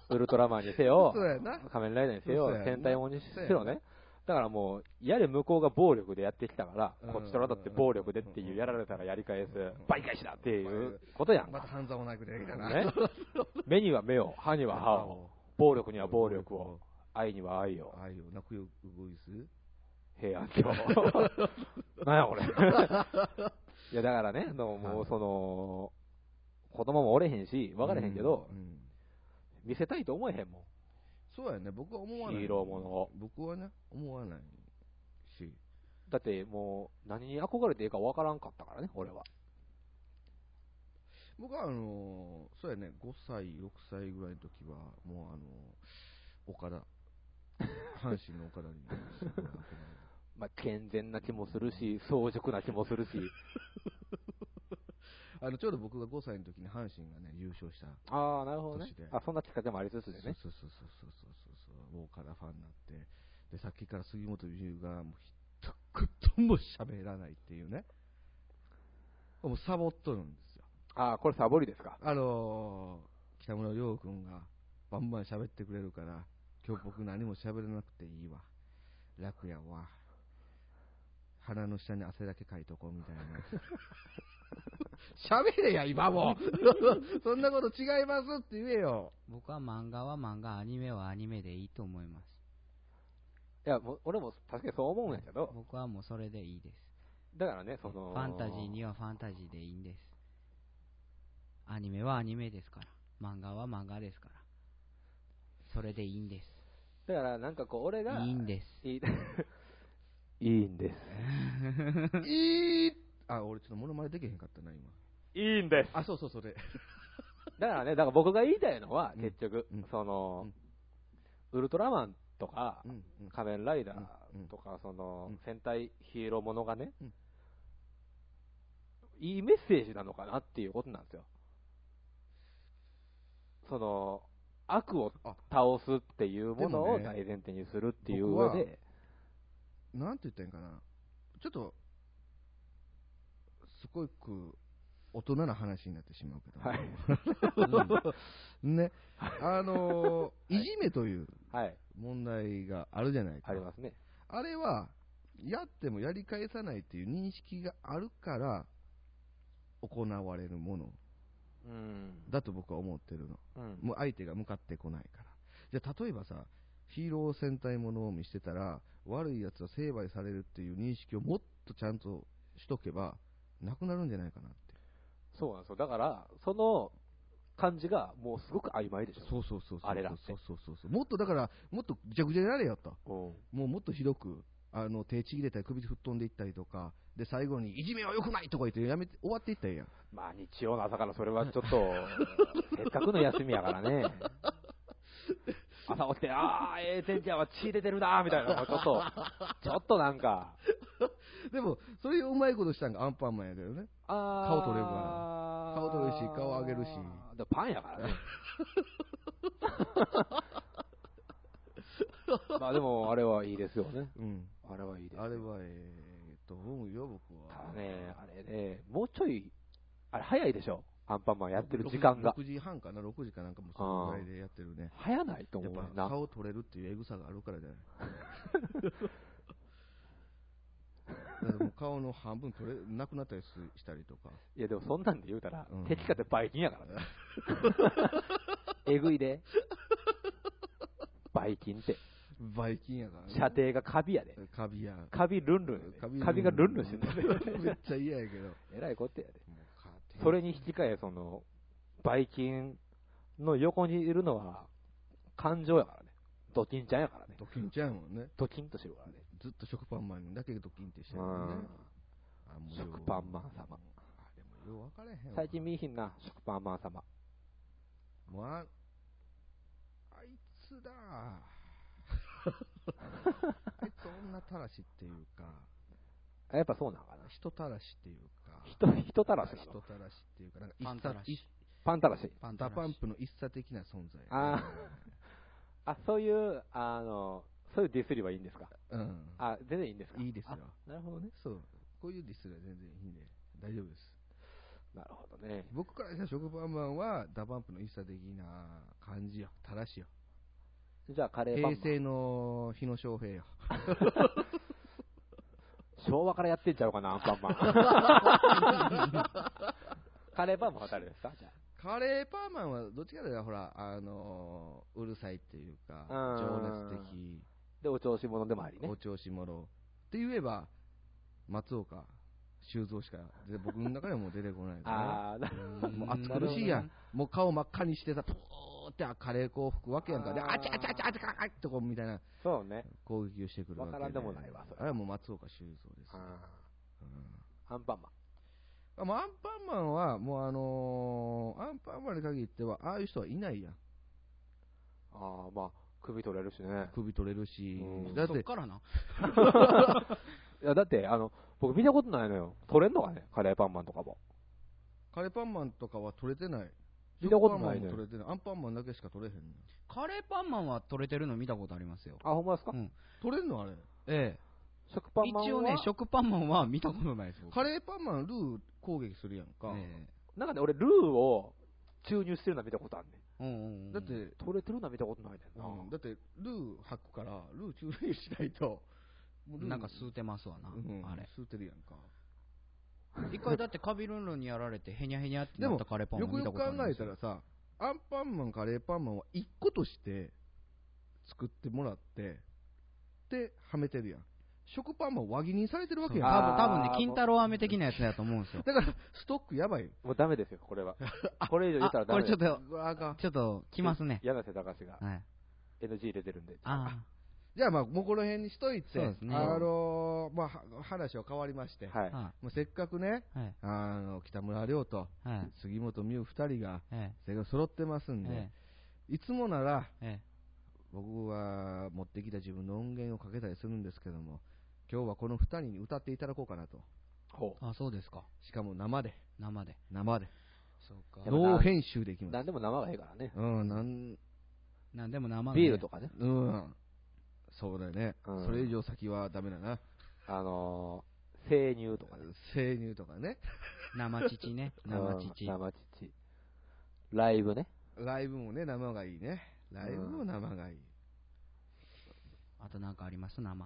Speaker 3: ウルトラマンにせよ
Speaker 2: そう、やな。
Speaker 3: 仮面ライダーにせ
Speaker 2: そう
Speaker 3: よ
Speaker 2: や、な
Speaker 3: 戦隊ものにせよね。だからもう、やれ向こうが暴力でやってきたから
Speaker 2: うん、
Speaker 3: こっちとらだって暴力でっていう、やられたらやり返す
Speaker 2: ん、
Speaker 3: 倍返しだっていうことやん
Speaker 2: また
Speaker 3: か。
Speaker 2: 半沢もないくらいだな。
Speaker 3: ね、目には目を、歯には歯を、暴力には暴力を、愛には愛を、
Speaker 2: 愛を泣くよ、動いす。
Speaker 3: 平安
Speaker 2: (laughs)
Speaker 3: 京。なんやこれ。いやだからね、でもも
Speaker 2: は
Speaker 3: う
Speaker 2: い
Speaker 3: その、子供もおれへんし、分からへんけど
Speaker 2: う、ん
Speaker 3: 見せたいと思えへんもん。
Speaker 2: そうやね、僕は思わない。
Speaker 3: ヒーローものを
Speaker 2: 僕はね、思わないし。
Speaker 3: だってもう、何に憧れていいか分からんかったからね、俺は。
Speaker 2: 僕はあのーそうやね、5歳、6歳ぐらいの時は、もうあのー岡田。阪神の岡田に。 (laughs)
Speaker 3: まあ、健全な気もするし、早熟な気も
Speaker 2: (laughs)
Speaker 3: するし、
Speaker 2: あの、ちょうど僕が5歳の時に阪神がね、優勝した。
Speaker 3: ああ、なるほどね
Speaker 2: 年で。
Speaker 3: あ、そんなきっかけもありつつでね。
Speaker 2: そうそうそうそうそうそうそう、もうからファンになって、で、さっきから杉本美優が、もう一言も喋らないっていうね。もうサボっとるんですよ。
Speaker 3: ああ、これサボりですか。
Speaker 2: あのー、北村亮君が、バンバン喋ってくれるから、今日僕何も喋らなくていいわ。楽やわ。鼻の下に汗だけかいとこうみたいな。喋れや、今も (laughs) そんなこと違いますって言えよ。
Speaker 1: 僕は漫画は漫画、アニメはアニメでいいと思います。
Speaker 3: いや、もう俺も確かにそう思うんやけど、
Speaker 1: 僕はもうそれでいいです。
Speaker 3: だからね、そ
Speaker 1: フ
Speaker 3: の、
Speaker 1: ァンタジーにはファンタジーでいいんです。アニメはアニメですから。漫画は漫画ですから。それでいいんです。
Speaker 3: だからなんかこう、俺が、
Speaker 1: いいんです。
Speaker 3: い (laughs) いいいんです。
Speaker 2: いいあ、俺ちょっとモノマネできへんかったな、今。
Speaker 3: いいんです。
Speaker 2: あ、そうそう、それ。
Speaker 3: だからね、だから僕が言いたいのは、
Speaker 2: うん
Speaker 3: 結局、
Speaker 2: うん
Speaker 3: その、ウルトラマンとか、
Speaker 2: うんうん
Speaker 3: 仮面ライダ
Speaker 2: うんうん
Speaker 3: ーとか、その
Speaker 2: うん、
Speaker 3: 戦隊ヒーローものがね
Speaker 2: うん、
Speaker 3: いいメッセージなのかなっていうことなんですよ。その、悪を
Speaker 2: あ
Speaker 3: 倒すっていうものを
Speaker 2: でもね
Speaker 3: 大前提にするっていう上で、
Speaker 2: なんて言ったらいいんかな、ちょっと、すごく大人な話になってしまうけど、
Speaker 3: はい
Speaker 2: ね、あ (laughs) のーいじめという
Speaker 3: (laughs) はい、
Speaker 2: 問題があるじゃないか、
Speaker 3: ありますね。
Speaker 2: あれは、やってもやり返さないっていう認識があるから、行われるもの
Speaker 3: うん。
Speaker 2: だと僕は思ってるの。
Speaker 3: うん
Speaker 2: もう相手が向かってこないから。じゃあ、例えばさ、ヒーロー戦隊ものを見してたら、悪い奴は成敗されるっていう認識をもっとちゃんとしとけば、なくなるんじゃないかなって。
Speaker 3: そうなんですよ。だから、その感じがもうすごく曖昧でしょ。
Speaker 2: そうそうそうそう。
Speaker 3: あれだって
Speaker 2: そうそうそうそう。もっとだから、もっとぐちゃぐちゃになれよと。
Speaker 3: うん。
Speaker 2: もうもっとひどく、あの、手ちぎれたり首吹っ飛んでいったりとか、で、最後に、いじめは良くないとか言って、やめて、終わっていったらいいやん。
Speaker 3: まあ日曜の朝からそれはちょっと、せっかくの休みやからね。朝起きて、あー、ええ天ちゃんは血出てるなーみたいな、ちょっと、ちょっとなんか、
Speaker 2: でも、それをうまいことしたんがアンパンマンやけどね。
Speaker 3: あー
Speaker 2: 顔取れるから顔取れるし顔上げるし
Speaker 3: でパンやか
Speaker 2: (laughs)
Speaker 3: らね。まあでも、あれはいいですよね。
Speaker 2: うん。
Speaker 3: あれはいいです。
Speaker 2: あれは、ええと思うよ、僕は。
Speaker 3: ただね、あれね、もうちょい、あれ早いでしょ。アンパンマンやってる時間が。
Speaker 2: 6時半かな、6時かなんかもそのぐらいでやってるね。
Speaker 3: 早ないと
Speaker 2: や
Speaker 3: 思
Speaker 2: っ
Speaker 3: うねん
Speaker 2: ぱ
Speaker 3: な。
Speaker 2: 顔取れるっていうエグさがあるからじ
Speaker 3: (laughs)
Speaker 2: ゃない。だからもう顔の半分取れなくなったりすしたりとか、
Speaker 3: いやでもそんなんで言うたら、
Speaker 2: うん
Speaker 3: 敵かて倍金やからね。 (laughs) えぐいで。倍金って。
Speaker 2: ばい菌やからね。
Speaker 3: 射程がカビやで。
Speaker 2: カビや。
Speaker 3: カビルンルンやで。カビがルンルンしてる、
Speaker 2: (laughs)
Speaker 3: (laughs)
Speaker 2: めっちゃ嫌やけど。
Speaker 3: えらいことやで。
Speaker 2: もう勝てん
Speaker 3: それに引き換え、その、倍金の横にいるのは、感情やからね。ドキンちゃんやからね。
Speaker 2: ドキンちゃうもんね。
Speaker 3: ドキンとしてるからね。
Speaker 2: ずっと食パンマンだけドキンってしてるもんね。
Speaker 3: う
Speaker 2: あも
Speaker 3: ん
Speaker 2: うよう
Speaker 3: 食パンマン様。
Speaker 2: あでもよう分からへんわ
Speaker 3: 最近見いひんな、食パンマン様。
Speaker 2: もうああいつ
Speaker 3: (laughs)
Speaker 2: だあいつ女たらしっていうか
Speaker 3: やっぱそうなんかな。
Speaker 2: 人たらしっていうか
Speaker 3: 人、人たらしな
Speaker 2: 人
Speaker 3: の。
Speaker 2: たらしっていうかなんか
Speaker 1: パンたらし
Speaker 2: 一
Speaker 3: パンたらし。
Speaker 1: パン
Speaker 2: 茶
Speaker 1: タ
Speaker 2: ダパ
Speaker 1: ラ
Speaker 2: ン
Speaker 1: シ
Speaker 2: プの一茶的な存在
Speaker 3: ああ、そういう、あの、そういうディスりはいいんですか
Speaker 2: うん
Speaker 3: あ、全然いいんですか
Speaker 2: いいですよ
Speaker 3: あなるほどね。
Speaker 2: そうこういうディスが全然いいんで大丈夫です
Speaker 3: なるほどね。
Speaker 2: 僕からしたら食パンマンはダパンプの一茶的な感じよたらしよ
Speaker 3: じゃあ、カレーパン
Speaker 2: 平
Speaker 3: マン
Speaker 2: 成の日野翔平よ
Speaker 3: 昭和からやってんちゃうかな、アンパンマン。カレーパンマンは誰ですかじゃ
Speaker 2: カレーパーマンはどっちかというとほら、あのーうるさいっていうか、
Speaker 3: うん
Speaker 2: 情熱的、
Speaker 3: あ。で、お調子者でもありね
Speaker 2: お。調子者。って言えば、松岡修造しか、で僕の中ではもう出てこないか
Speaker 3: あー、な
Speaker 2: ら、ね、もう暑苦しいやん、もう顔真っ赤にしてさ、ポーってカレー粉を吹くわけやんか、で、
Speaker 3: あー
Speaker 2: あちゃあちゃあちゃあちゃあちゃってこうみたいな
Speaker 3: そうね。
Speaker 2: 攻撃をしてくるわけ
Speaker 3: わからんでもないわそれ
Speaker 2: あれはもう松岡修造です
Speaker 3: あ
Speaker 2: よ。
Speaker 3: ーアンパンマン。
Speaker 2: うん、もうアンパンマンは、もうあのーアンパンマンに限っては、ああいう人はいないやん。
Speaker 3: ああ、まあ、首取れるしね。
Speaker 2: 首取れるし
Speaker 3: う、ん
Speaker 2: だっ、
Speaker 1: そってからな。
Speaker 3: いや、だって、あの、僕見たことないのよ。取れんのかねカレーパンマンとかも。
Speaker 2: カレーパンマンとかは取れてない。
Speaker 3: 見たことないね
Speaker 2: 食パンマンも取れてない。アンパンマンだけしか取れへんねん
Speaker 1: カレーパンマンは取れてるの見たことありますよ。
Speaker 3: あ、ほんまですか
Speaker 1: うん。
Speaker 2: 取れんのあれ。
Speaker 1: ええ。
Speaker 3: 食パンマンは
Speaker 1: 一応ね、食パンマンは見たことないです、僕
Speaker 2: カレーパンマンルー攻撃するやんか。
Speaker 1: え
Speaker 3: なんかね、俺、ルーを注入してるのは見たことあるねん。
Speaker 1: えうんうんうん
Speaker 2: だって、
Speaker 3: 取れてるのは見たことないねんな。
Speaker 2: うんだって、ルー吐くから、ルー注入しないと、もうルー
Speaker 1: なんか吸うてますわな、
Speaker 2: うん
Speaker 1: あれ。
Speaker 2: 吸うてるやんか。
Speaker 1: 一回だってカビルンルンにやられて、へにゃへにゃって
Speaker 2: で
Speaker 1: なっ
Speaker 2: も、
Speaker 1: たカレーパンマ
Speaker 2: よ
Speaker 1: ン
Speaker 2: く
Speaker 1: 見た
Speaker 2: よく
Speaker 1: ことありま
Speaker 2: 考
Speaker 1: す
Speaker 2: えたらさ、アンパンマン、カレーパンマンは一個として作ってもらって、で、はめてるやん。食パンマン輪切りにされてるわけやん。
Speaker 3: あー
Speaker 1: 多分多分ね、金太郎飴的なやつだと思うんですよ。
Speaker 2: だから、ストックやばいよ。
Speaker 3: もうダメですよ、これは。これ以上言ったら
Speaker 1: (laughs) あ
Speaker 3: ダ
Speaker 1: こ
Speaker 3: メ
Speaker 1: れ
Speaker 3: で
Speaker 1: ち
Speaker 3: す
Speaker 1: ょっ。と、
Speaker 2: うわあかん
Speaker 1: ちょっと、来ますね。
Speaker 3: 柳瀬隆が
Speaker 1: はい。
Speaker 3: NG 出てるんで。
Speaker 1: ああ。
Speaker 2: じゃあ、まあ、もうこの辺にしといて、
Speaker 1: そうですね
Speaker 2: あのーまあ、は話は変わりまして、
Speaker 3: はい。
Speaker 1: は
Speaker 2: もうせっかくね、
Speaker 1: い。はい。
Speaker 2: あの北村亮と
Speaker 1: はい。
Speaker 2: 杉本美羽2人が、
Speaker 1: え
Speaker 2: それが揃ってますんで、
Speaker 1: え
Speaker 2: いつもなら、
Speaker 1: ええ
Speaker 2: 僕は持ってきた自分の音源をかけたりするんですけども、今日はこの2人に歌っていただこうかなと。
Speaker 3: ほ
Speaker 1: あ、そうですか。
Speaker 2: しかも生で、
Speaker 1: 生で。
Speaker 2: 生で。
Speaker 1: そう
Speaker 3: か
Speaker 2: ノー編集できま
Speaker 3: う。何
Speaker 2: す。
Speaker 3: でも生がいいからね。
Speaker 2: うん、なん、
Speaker 1: なんでも生でね
Speaker 3: ビールとかね。
Speaker 2: うん。そうだよね。
Speaker 3: うん
Speaker 2: それ以上先はダメだな。
Speaker 3: あのー、生乳とかね。
Speaker 2: 生乳とかね。
Speaker 1: 生乳ね。生乳。
Speaker 3: うん生乳。ライブね。
Speaker 2: ライブもね、生がいいね。ライブも生がいい。
Speaker 1: あとなんかあります生。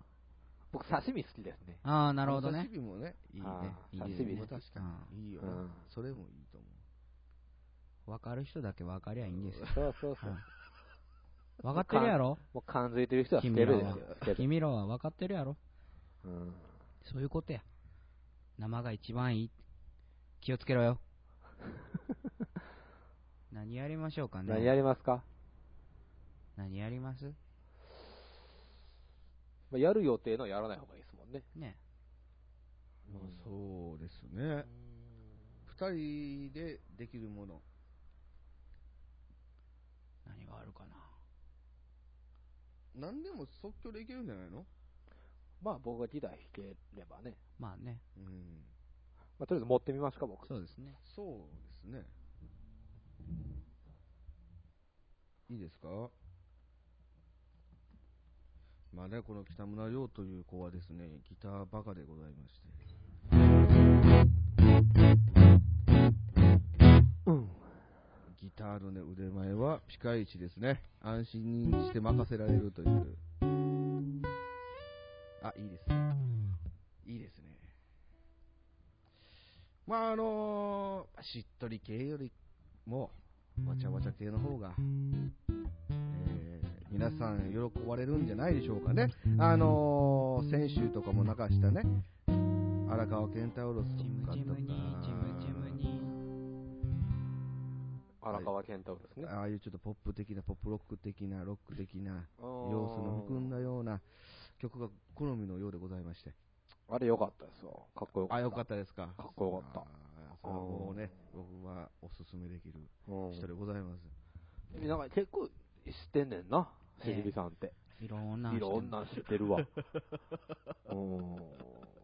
Speaker 3: 僕、刺身好きですね。
Speaker 1: ああ、なるほどね。
Speaker 2: 刺身もね、いいね
Speaker 3: あ。
Speaker 1: ー
Speaker 2: いい
Speaker 1: 刺身ね
Speaker 2: もう確かに。いいよな、
Speaker 3: うん
Speaker 2: それもいいと思
Speaker 1: わかる人だけわかりゃいいんですよ。
Speaker 3: そうそうそう
Speaker 1: はい。わかってるやろ
Speaker 3: (laughs) もう感づいてる人はス
Speaker 1: 君
Speaker 3: ケ
Speaker 1: ら
Speaker 3: ベですよ
Speaker 1: は。
Speaker 3: スケ。ベ。
Speaker 1: 君らはわかってるやろ
Speaker 3: うん。
Speaker 1: そういうことや。生が一番いい。気をつけろ (laughs) よ。何やりましょうかね。
Speaker 3: 何や
Speaker 1: り
Speaker 3: りますか
Speaker 1: 何やります
Speaker 3: まあやる予定のやらない方がいいですもんね。
Speaker 1: ね。
Speaker 2: う。そうですね。二人でできるもの。
Speaker 1: 何があるかな。
Speaker 2: 何でも即興でいけるんじゃないの
Speaker 3: まあ僕がギター弾ければね。
Speaker 1: まあね。
Speaker 2: うん。
Speaker 3: まあとりあえず持ってみますか、僕。
Speaker 1: そうですね。
Speaker 2: そうですね。いいですかまあね、この北村亮という子はですね、ギターバカでございまして。
Speaker 3: うん。
Speaker 2: ギターの、ね、腕前はピカイチですね。安心にして任せられるという。あ、いいです。いいですね。まあ、あのーしっとり系よりも、わちゃわちゃ系の方が、えー皆さん喜ばれるんじゃないでしょうかね。あのー先週とかも流したね、荒川健太郎さ
Speaker 1: ジ
Speaker 2: ん
Speaker 1: ム
Speaker 2: とか
Speaker 1: ジムに、ジムジムに。
Speaker 3: 荒川健太郎ですね。
Speaker 2: ああいうちょっとポップ的な、ポップロック的な、ロック的な、
Speaker 3: あー
Speaker 2: 様子の含んだような曲が好みのようでございまして。
Speaker 3: あれ良かったですよ。かっこよかった。
Speaker 2: あ、よかったですか。
Speaker 3: かっこよかった
Speaker 2: あーそれはもうね、僕はおすすめできる
Speaker 3: うん
Speaker 2: 人でございます。
Speaker 3: なんか結構知ってんねんな、しじりさんって。
Speaker 1: いろんな。
Speaker 3: いろん。なん知ってるわ。うん。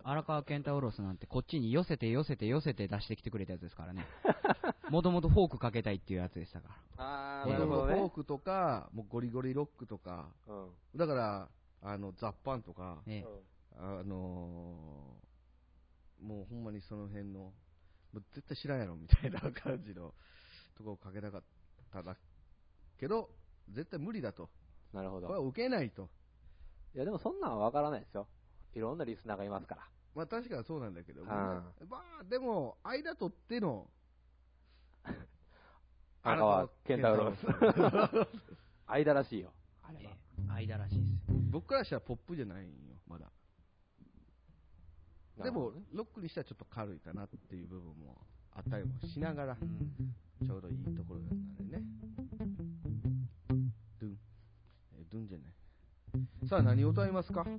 Speaker 1: 荒川健太ウロスなんてこっちに寄せて寄せて寄せて出してきてくれたやつですからね。もともとフォークかけたいっていうやつでしたから。
Speaker 3: あ
Speaker 1: ーなるほど
Speaker 2: フォークとか、もうゴリゴリロックとか、
Speaker 3: うん。
Speaker 2: だから、あの、雑版とか、
Speaker 1: ね、
Speaker 2: あのーもうほんまにその辺の、もう絶対知らんやろみたいな感じのとこをかけたかっただけど、絶対無理だと。
Speaker 3: なるほ
Speaker 2: これは
Speaker 3: ど。
Speaker 2: 受けないと。
Speaker 3: いやでもそんなんはわからないですよ。いろんなリスナーがいますから。
Speaker 2: まあ確かにそうなんだけど、
Speaker 3: うん
Speaker 2: まあでも、間取っての、
Speaker 3: 荒川健太郎です。 (laughs) 間らしいよ。あれは。
Speaker 1: えー間らしいです。
Speaker 2: 僕からしたらポップじゃないんよ、まだ。でも、ロックにしたらちょっと軽いかなっていう部分もあったりもしながら、ちょうどいいところだったんでね。ドゥン。えドゥンじゃない。さあ、何を歌いますか
Speaker 1: 何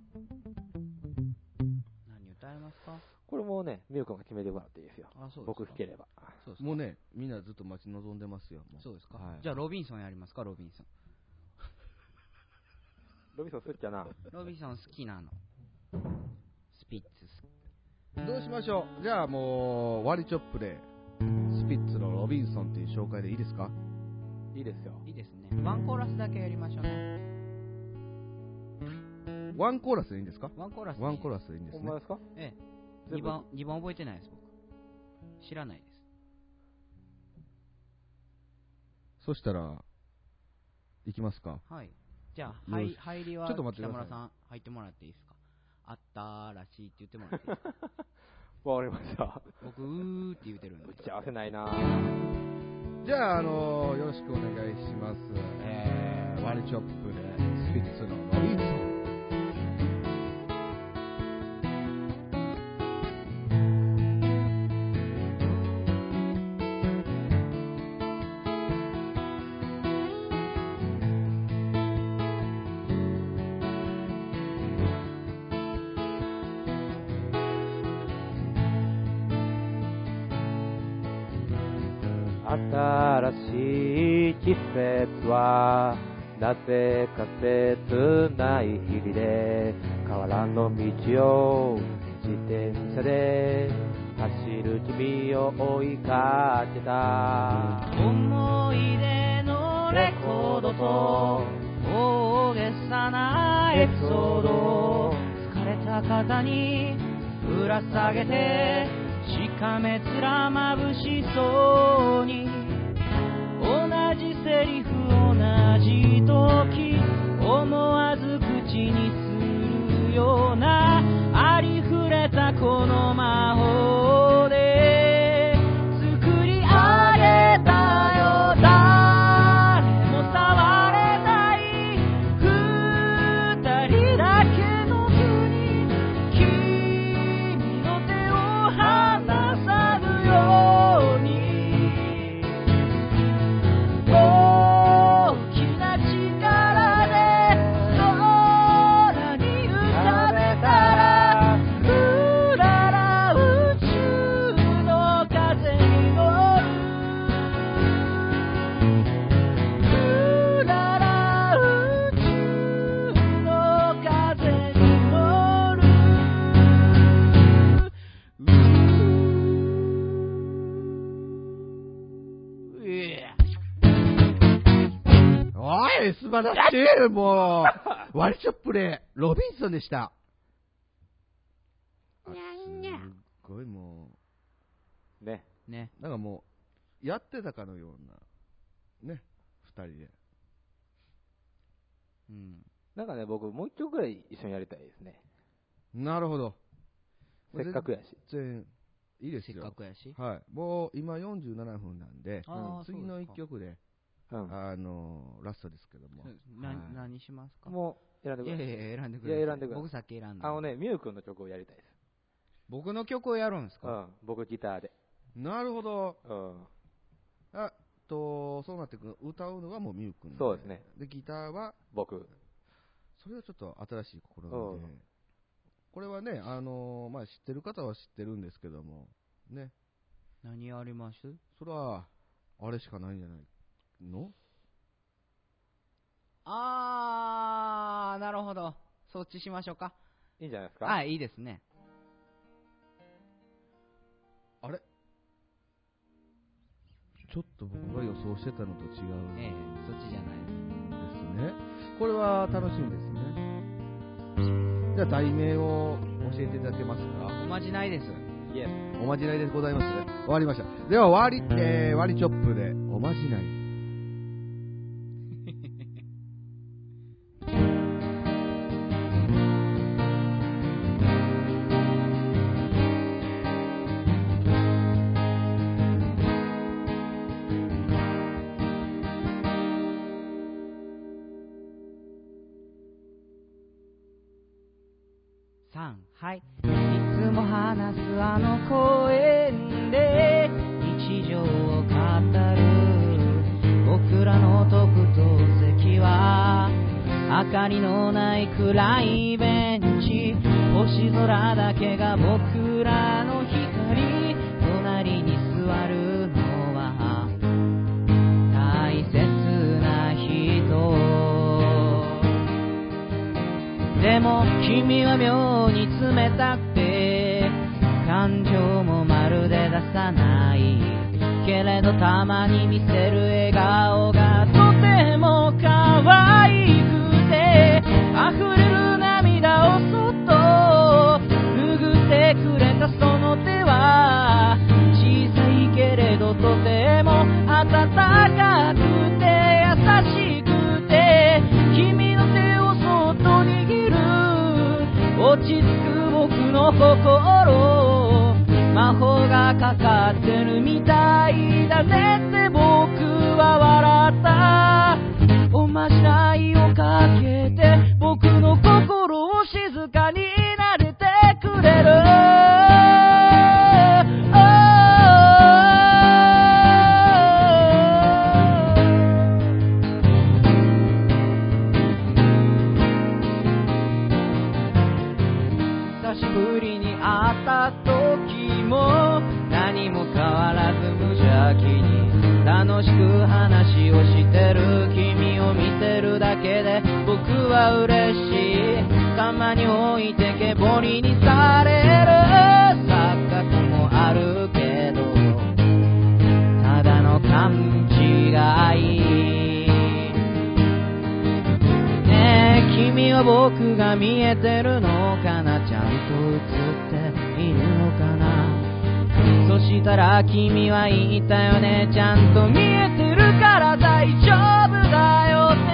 Speaker 1: 歌えますか
Speaker 3: これもね、みゆくんが決めてもらっていいですよ。
Speaker 1: あ、そうですか。
Speaker 3: 僕弾ければ。
Speaker 1: そうですか
Speaker 2: もうね、みんなずっと待ち望んでますよ。もう
Speaker 1: そうですか、
Speaker 2: はい
Speaker 1: じゃあロビンソンやりますかロビンソン
Speaker 3: ロビソンすっちゃな。
Speaker 1: ロビンソン好きなのスピッツス
Speaker 2: どうしましょうじゃあもう、ワリチョップで、スピッツのロビンソンっていう紹介でいいですか
Speaker 3: いいですよ。
Speaker 1: いいですねワンコーラスだけやりましょうね
Speaker 2: ワンコーラスでいいんですか
Speaker 1: ワンコーラス
Speaker 2: ワンコー
Speaker 1: ラ
Speaker 2: ラスでいいんです
Speaker 3: ほん
Speaker 2: ね
Speaker 3: ま。ですか
Speaker 1: スええ
Speaker 3: 全部
Speaker 1: 2番二番覚えてないです僕知らないです
Speaker 2: そしたら、いきますか。
Speaker 1: はいじゃあ
Speaker 2: よし
Speaker 1: はい入りは
Speaker 2: ちょっと待って
Speaker 1: 北
Speaker 2: ください
Speaker 1: 村さん入ってもらっていいですかあったらしいって言ってもらっていいですか
Speaker 3: わかりました。
Speaker 1: 僕うーって言ってるんで
Speaker 3: 打ち合わせないなぁ。
Speaker 2: じゃあ、あのーよろしくお願いします。えー、ワリチョップで、スピッツのロビンソン。
Speaker 5: 「
Speaker 3: 新しい季節はなぜか切ない日々で河原の道を自転車で走る君を追いかけた
Speaker 5: 思い出のレコードと大げさなエピソード疲れた肩にぶら下げてしかめ面眩しそうに同じセリフ同じ時思わず口にするようなありふれたこの魔法で作り上げたよ誰も触れない二人だけの国君の手を離さぬように大きな力で空に浮かべたらうらら宇宙の風に乗るうらら宇宙の風に乗るうえ
Speaker 2: おい、素晴らしい、もう、ワルショップレー、ロビンソンでした。あ
Speaker 4: なんや
Speaker 2: すっごいも
Speaker 3: ね
Speaker 1: ね。
Speaker 2: う、なんかもう、やってたかのような、ね、二人で。
Speaker 1: うん。
Speaker 3: なんかね僕もう一曲ぐらい一緒にやりたいですね
Speaker 2: なるほど。
Speaker 3: せっかくやし
Speaker 2: 全然、いいです
Speaker 1: せっ
Speaker 2: よ。
Speaker 1: かくやし。
Speaker 2: はい。もう、今47分なんで、
Speaker 1: あー
Speaker 2: 次の一。曲で、
Speaker 3: うん
Speaker 2: あのーラストですけども
Speaker 1: そう。ですかな
Speaker 2: はい
Speaker 1: 何しますか
Speaker 3: もう選んで
Speaker 1: い
Speaker 3: く
Speaker 1: や
Speaker 3: ださい
Speaker 1: いやいや、選んでく
Speaker 3: い
Speaker 1: ださ
Speaker 3: や選
Speaker 1: い
Speaker 3: んでください
Speaker 1: 僕さっき選んだ。
Speaker 3: あのねミュウ君の曲をやりたいです
Speaker 1: 僕の曲をやるんです
Speaker 3: う
Speaker 1: か
Speaker 3: ん僕ギターで
Speaker 2: なるほど。
Speaker 3: うん
Speaker 2: あと、そうなってくる歌うのはもうミュウ君
Speaker 3: そうですね。
Speaker 2: で、ギターは、
Speaker 3: 僕
Speaker 2: それはちょっと新しい試みで、
Speaker 3: うん
Speaker 2: これはね、あのーまあ、知ってる方は知ってるんですけども、ね、
Speaker 1: 何やります
Speaker 2: それは、あれしかないんじゃないの
Speaker 1: あー、なるほど。そっちしましょうか。
Speaker 3: いいんじゃないですか
Speaker 1: はい、いいですね。
Speaker 2: あれちょっと僕が予想してたのと違うん
Speaker 1: ええ
Speaker 2: で、
Speaker 1: そっちじゃない
Speaker 2: すね。これは楽しみですね。じゃあ、題名を教えていただけますか
Speaker 1: おまじないです。
Speaker 3: イエス
Speaker 2: おまじないでございますね。終わりました。では、終わり、えー、割りチョップで、おまじない。
Speaker 1: さん、はい。いつも話すあの公園で日常を語る僕らの特等席は明かりのない暗いベンチ星空だけが僕らの光隣に座るのは大切な人でも君は妙に冷たくて感情もまるで出さないけれどたまに見せる笑顔がとても可愛くて溢れる涙をそっと拭ってくれたその手は小さいけれどとても温かくて優しくて君の手をそっと握る落ち着く僕の心魔法がかかってるみたいだねって僕は笑ったおまじないをかけて僕の心を静かになれてくれる久しぶりに会った時も何も変わらず無邪気にた楽しく話をしてる君を見てるだけで僕は嬉しいたまに置いてけぼりにされる錯覚もあるけどただの勘違いねえ君は僕が見えてるのかなちゃんと映っているのかなそしたら君は言ったよねちゃんと見えてるから大丈夫だよね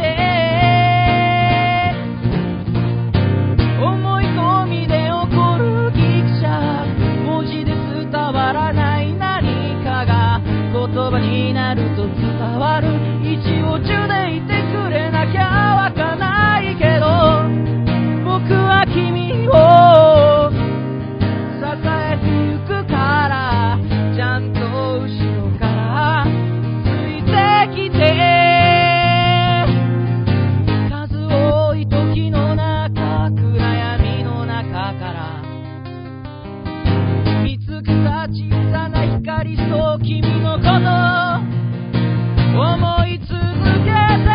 Speaker 1: 思い込みで起こるギクシャク文字で伝わらない何かが言葉になると伝わる一応中でいてくれなきゃわかんないけど僕は君を支えてゆくからちゃんと後ろからついてきて数多い時の中暗闇の中から見つけた小さな光そう君のこと思い続けて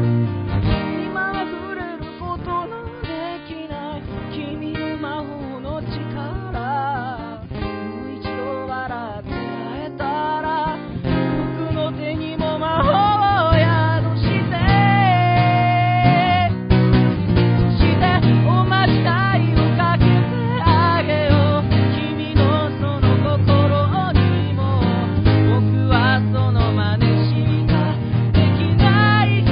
Speaker 1: 今は触れることのできない君の魔法の力もう一度笑って会えたら僕の手にも魔法を宿してそしておまじないをかけてあげよう君のその心にも僕はその真似しかできないけど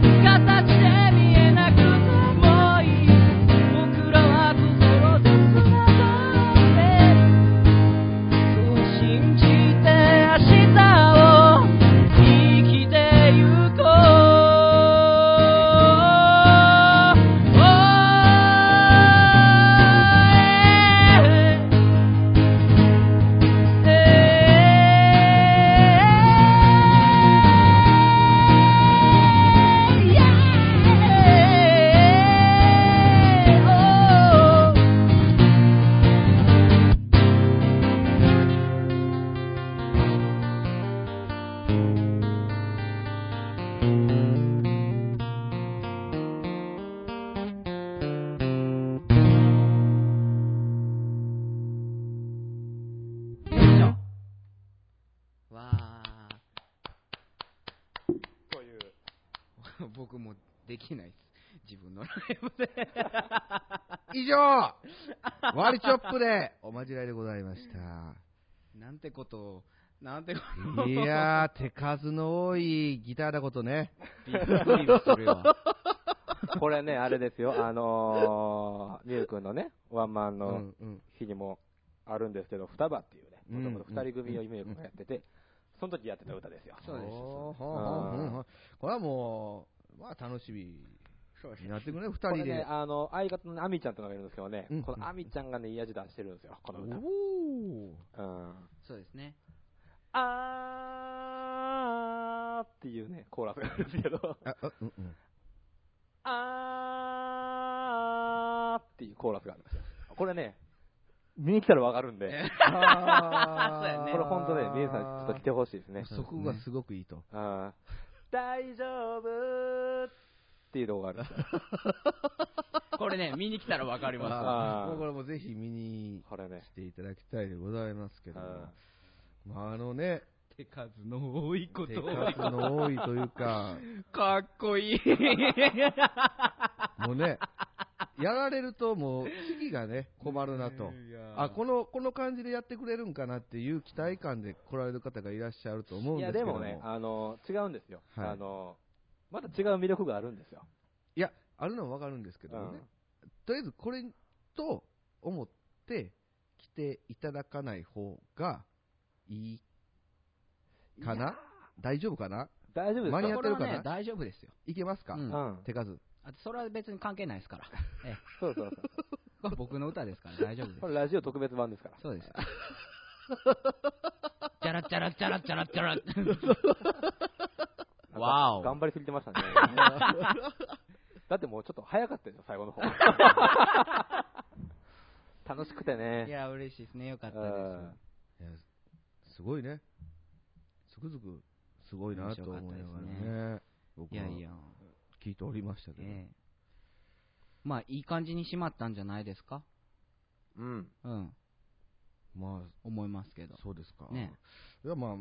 Speaker 1: 形で見えなくてもいい僕らは心でつながってそう信じて明日を生きてゆこうわあ
Speaker 3: という。
Speaker 2: 僕もできないです。自分のライブで。以上ワリチョップでおまじないでございました。
Speaker 1: なんてことをなんてことを
Speaker 2: いやー、手数の多いギターだことね。
Speaker 1: びっくりするわ
Speaker 3: (laughs) これね、あれですよ、あのー、ミュウ君のね、ワンマン
Speaker 2: う
Speaker 3: の
Speaker 2: んうん。
Speaker 3: 日にもあるんですけど、双葉っていうね、
Speaker 2: うん
Speaker 3: もともと2人組をミュウ君がやってて、その時やってた歌ですよ。
Speaker 1: そうです
Speaker 2: ほ
Speaker 1: そう
Speaker 2: ほうほうほうほうこれはもう、まあ楽しみ
Speaker 1: そうです
Speaker 2: になってくるね、二
Speaker 3: こ
Speaker 2: 人
Speaker 3: れね
Speaker 2: で、。
Speaker 3: あの、相方のアミちゃんというのがいるんですけどね、
Speaker 2: うん
Speaker 3: このアミちゃんがね、いい味出してるんですよ、この歌。
Speaker 2: おー
Speaker 3: うん。
Speaker 1: そうですね
Speaker 3: あーっていうね、コーラスがあるんですけ (laughs) ど、
Speaker 2: あ、あ
Speaker 1: (laughs)
Speaker 2: うんうん。
Speaker 3: あーっていうコーラスがあるんですよ。これね、見に来たらわかるんで、 (laughs)
Speaker 2: あ
Speaker 1: そうやね
Speaker 3: これ本当ね、皆さんちょっと来てほしいですね。
Speaker 2: そこがすごくいいと。
Speaker 3: あー大丈夫っていう動画ある。
Speaker 2: (laughs)
Speaker 1: これね見に来たらわかります
Speaker 2: あ
Speaker 3: あ
Speaker 2: ー
Speaker 3: ー
Speaker 2: もうこれもぜひ見に
Speaker 3: これね
Speaker 2: 来。ていただきたいでございますけども
Speaker 3: あ
Speaker 2: まああのね、
Speaker 1: 手数の多いこ
Speaker 2: 手
Speaker 1: と
Speaker 2: 数の多いというか、
Speaker 1: かっこいい
Speaker 2: もうね、やられるともう次がね、困るなと。あ、この、この感じでやってくれるんかなっていう期待感で来られる方がいらっしゃると思うん
Speaker 3: い
Speaker 2: ですけ
Speaker 3: や、で
Speaker 2: ども。
Speaker 3: もね、あの、違うんですよ。
Speaker 2: はい
Speaker 3: あの、また違う魅力があるんですよ。
Speaker 2: いや、あるのはわかるんですけどもね、とりあえずこれと思って来ていただかない方がいいかな大丈夫かな
Speaker 3: 大丈夫です
Speaker 2: 間
Speaker 3: か
Speaker 2: に合ってる
Speaker 1: こ
Speaker 2: か
Speaker 1: れはね
Speaker 2: な
Speaker 1: 大丈夫ですよ。
Speaker 2: いけますか、
Speaker 1: うん
Speaker 3: うん。
Speaker 2: 手数。
Speaker 1: あとそれは別に関係ないですから。ええ
Speaker 3: そうそうそう。
Speaker 1: こ
Speaker 3: (laughs)
Speaker 1: れ僕の歌ですから大丈夫です
Speaker 3: こ。れラジオ特別版ですから。
Speaker 1: そうです。チャラチャラチャラチャラチャ
Speaker 3: (laughs)
Speaker 1: ラ。
Speaker 3: なんか
Speaker 1: わお
Speaker 3: 頑張りすぎ
Speaker 2: (laughs)
Speaker 3: てましたね。だってもうちょっと早かったよ、最後
Speaker 2: (laughs)
Speaker 3: の方。楽しくてね。
Speaker 1: いや、嬉しいですね。よかったで
Speaker 3: うん
Speaker 2: いやすごいね。つくづくすごいなと思いながら
Speaker 1: 面白
Speaker 2: ね。僕
Speaker 1: す。い
Speaker 2: は
Speaker 1: やいや、
Speaker 2: 聞いておりましたけど。
Speaker 1: ええ。まあ、いい感じに締まったんじゃないですか
Speaker 3: うん。
Speaker 1: うん。
Speaker 2: ま
Speaker 1: 思いますけ
Speaker 2: あ
Speaker 1: ど、。
Speaker 2: そうですか。
Speaker 1: ね
Speaker 2: いや、まあ、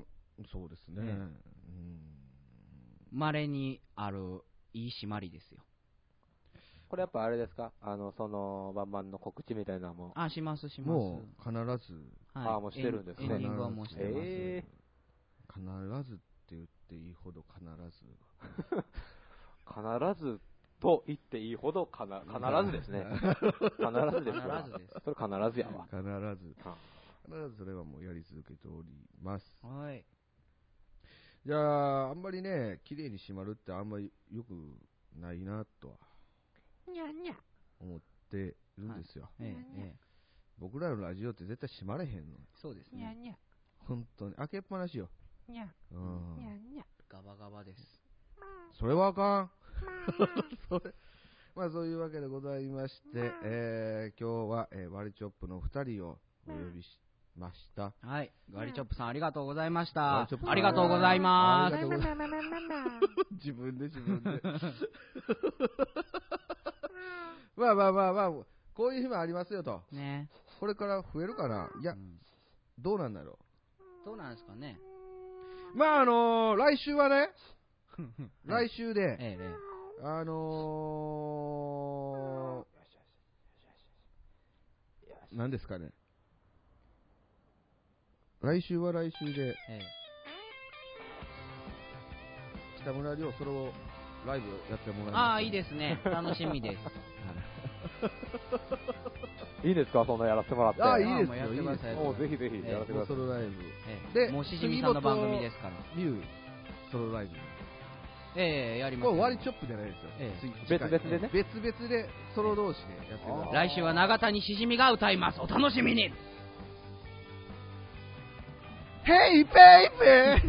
Speaker 2: そうですね。
Speaker 1: ね
Speaker 2: うん
Speaker 1: 稀にある、いい締まりですよ。
Speaker 3: これやっぱあれですかあの、その、バンバンの告知みたいなのも。
Speaker 1: あ、します、します。
Speaker 2: もう必ず、
Speaker 1: はい、
Speaker 3: あーもうしてるんですね
Speaker 1: エンディングはもうしてます。
Speaker 3: え
Speaker 2: 必ずって言っていいほど必ず。
Speaker 3: ー、必ずと言っていいほど、かな必ずです
Speaker 1: (laughs)
Speaker 3: ね。必ずですわ
Speaker 1: 必ずです
Speaker 3: それ必ずやわ。
Speaker 2: 必ず、必ずそれはもうやり続けております。
Speaker 1: はい。
Speaker 2: じゃあ、あんまりね、綺麗に締まるってあんまり良くないなとは
Speaker 4: にゃんにゃん。
Speaker 2: 思ってるんですよ。
Speaker 1: ええええ
Speaker 2: 僕らのラジオって絶対閉まれへんの。
Speaker 1: そうです
Speaker 4: にゃ
Speaker 1: ね。
Speaker 4: んにゃん。
Speaker 2: 本当に。開けっぱなしよ。
Speaker 4: にゃん
Speaker 2: う
Speaker 4: にゃ
Speaker 2: ん。
Speaker 4: んにゃん。
Speaker 1: ガバガバです。
Speaker 2: それはあかん。 (laughs) それ。まあそういうわけでございまして、えー、今日は、えーワルチョップのお二人をお呼びしました。
Speaker 1: はい。ガリチョップさんありがとうございまし
Speaker 2: ガ
Speaker 1: た
Speaker 2: リチョップ。さん
Speaker 1: ありがとうございま
Speaker 2: ありがとうござい
Speaker 4: ままままま。
Speaker 2: 自分で自分
Speaker 1: (laughs)
Speaker 2: で。まあまあまあまあ、こういう日もありますよと。
Speaker 1: す。ね。
Speaker 2: これから増えるかないや
Speaker 1: う、ん
Speaker 2: どうなんだろ
Speaker 1: どうなんですかね。
Speaker 2: う。まああのー来週はね、
Speaker 1: はい
Speaker 2: 来週で、
Speaker 1: えええ
Speaker 2: あのー、何ですかね。来週は来週で、
Speaker 1: えええ
Speaker 2: 北村亮ソロライブやってもらいます、。
Speaker 1: ああ、いいですすね。楽し (laughs) みです。
Speaker 3: いいですかそんなやらせてもらって。
Speaker 2: あいいですよ
Speaker 1: もうやってください
Speaker 3: もうぜひぜひやらせてくださ
Speaker 2: ソ
Speaker 3: い。
Speaker 2: ロライブ。
Speaker 1: ええ
Speaker 2: で
Speaker 1: もうしじみさんの番組ですから。
Speaker 2: ミュウソロライ
Speaker 1: ええやり
Speaker 2: ブ。
Speaker 1: ます
Speaker 2: も
Speaker 1: よ。
Speaker 2: う割りチョップじゃないですよ。
Speaker 1: ええ
Speaker 2: 次次回
Speaker 3: 別々でね
Speaker 2: 別々でソロ同士でやってください。
Speaker 1: 来週は長谷しじみが歌います。お楽しみ (laughs) に
Speaker 2: ヘイ (laughs) ペイペイ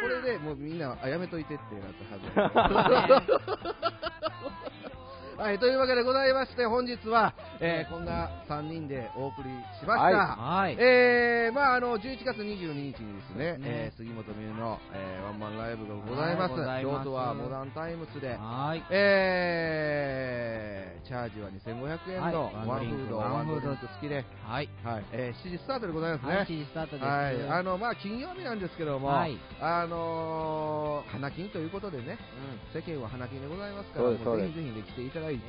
Speaker 2: これでもうみんな、あ、やめといてってなったは
Speaker 1: (laughs)
Speaker 2: ず。はい、というわけでございまして、本日は、えーこんな3人でお送りしました。
Speaker 1: はい。
Speaker 2: えーまああの11月22日にですね、
Speaker 1: ね
Speaker 2: えー杉本美優の、えーワンマンライブがございます。
Speaker 1: はいございます
Speaker 2: 京都はモダンタイムスで、
Speaker 1: はい。
Speaker 2: えーチャージは2500円の、
Speaker 1: はい
Speaker 2: ワンフード、
Speaker 1: ワ
Speaker 2: ワ
Speaker 1: ン
Speaker 2: ン
Speaker 1: フ
Speaker 2: フ
Speaker 1: ード
Speaker 2: ード付きで、
Speaker 1: はい。
Speaker 2: はいえー7時スタートでございますね。
Speaker 1: はい、7時スタートです。
Speaker 2: はい、あのまあ金曜日なんですけども、
Speaker 1: はい
Speaker 2: あのー花金ということでね、世間は花金でございますから、
Speaker 3: そうです
Speaker 2: もう
Speaker 3: そう
Speaker 2: ぜひ
Speaker 3: で
Speaker 2: ぜひね来ていただいて、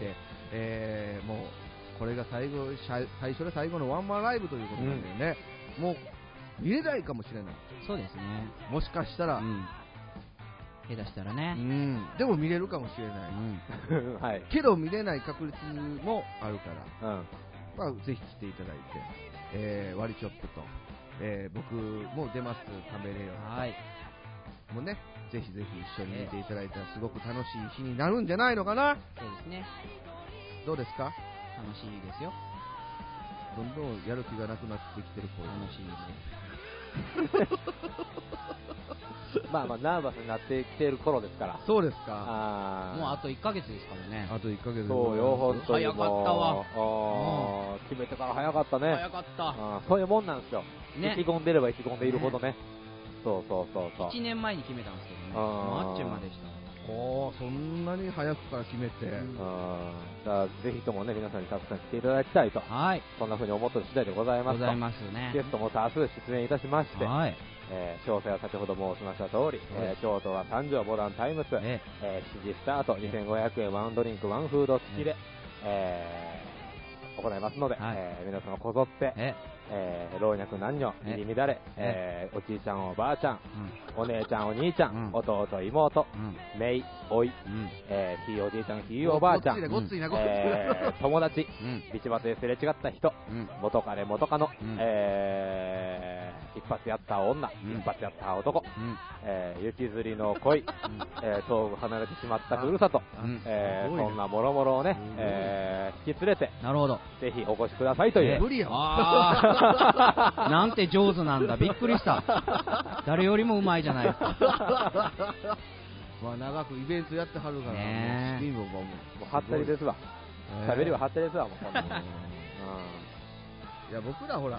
Speaker 2: えーもうこれが最後最最初で最後のワンマンライブということなんでね、もう見れないかもしれない、
Speaker 1: そうですね。
Speaker 2: もしかした
Speaker 1: う
Speaker 2: ら、うん
Speaker 1: ん。下手したらね。
Speaker 2: でも見れるかもしれな
Speaker 1: う
Speaker 2: い、
Speaker 1: ん。
Speaker 3: (laughs) はい。
Speaker 2: けど見れない確率もあるから。
Speaker 3: うん。
Speaker 2: まあ、ぜひ来ていただいて、えー、ワリチョップと、えー僕も出ます、カメレオン
Speaker 1: はい。
Speaker 2: もね、ぜひぜひ一緒に見ていただいたらすごく楽しい日になるんじゃないのかな
Speaker 1: そうですね。
Speaker 2: どうですか
Speaker 1: 楽しいですよ。
Speaker 2: どんどんやる気がなくなってきてる頃
Speaker 1: 楽しいですよ。
Speaker 3: まあまあ、ナーバスになってきてる頃ですから。
Speaker 2: そうですか
Speaker 3: あー
Speaker 1: もうあと1ヶ月ですからね。
Speaker 2: あと1ヶ月で
Speaker 3: そうよ、本当にもう。
Speaker 1: 早かったわ
Speaker 3: わ。決めてから早かったね。
Speaker 1: 早かった。
Speaker 3: あーそういうもんなんですよ。
Speaker 1: ね
Speaker 3: 意気込んでれば意気込んでいるほどね。そうそうそうそう。
Speaker 1: 1年前に決めたんですけどね。
Speaker 3: あー
Speaker 1: もうあっちゅうまでした。
Speaker 2: おーそんなに早くから決めて、
Speaker 1: うん
Speaker 3: あーだからぜひともね、皆さんにたくさん来ていただきたいと、
Speaker 1: はい。
Speaker 3: そんな風に思ってる次第でございます
Speaker 1: ご
Speaker 3: と
Speaker 1: ざいますね。
Speaker 3: ゲストも多数出演いたしまして、
Speaker 1: はい。
Speaker 3: えー詳細は先ほど申しました通り、えー京都は三条ボランタイムス、
Speaker 1: え
Speaker 3: えー7時スタート、2500円ワンドリンク、ワンフード付きで、えー行いますので、
Speaker 1: はい
Speaker 3: えー皆様こぞって、
Speaker 1: え、
Speaker 3: えー老若男女、
Speaker 1: え
Speaker 3: 入り乱れ、えーおじいちゃん、おばあちゃん、
Speaker 1: うん。
Speaker 3: お姉ちゃん、お兄ちゃん、
Speaker 1: うん
Speaker 3: 弟、妹、
Speaker 1: うん。
Speaker 3: めい、おい、
Speaker 1: うん。
Speaker 3: えーひいおじいちゃん、ひいおばあちゃん、
Speaker 2: ごっついな、ごっついな、ごっついな。
Speaker 3: えー友達、
Speaker 1: うん。
Speaker 3: 道端ですれ違った人、
Speaker 1: うん。
Speaker 3: 元彼元カノ、
Speaker 1: うん
Speaker 3: えー一発やった女、
Speaker 2: うん
Speaker 3: 一発やった男、
Speaker 2: うん
Speaker 3: えー雪釣りの恋、えー遠く離れてしまったふるさと、
Speaker 2: うん
Speaker 3: え
Speaker 2: す
Speaker 3: ー
Speaker 2: ごいね
Speaker 3: そんなもろもろをね
Speaker 2: すごい、
Speaker 3: えー引き連れて、
Speaker 1: なるほど。
Speaker 3: ぜひお越しくださいとい
Speaker 2: え
Speaker 3: う
Speaker 2: (laughs) 無、理やわ
Speaker 1: あーなんて上手なんだ。びっくりした。誰よりもうまいじゃないですか。
Speaker 2: まあ長くイベントやってはるから、
Speaker 1: ねえ
Speaker 2: もうスピンももう
Speaker 3: もうはったりですわ、
Speaker 2: えー
Speaker 3: 喋りははったりですわ、もうこんなもん、うん
Speaker 2: いや僕らほら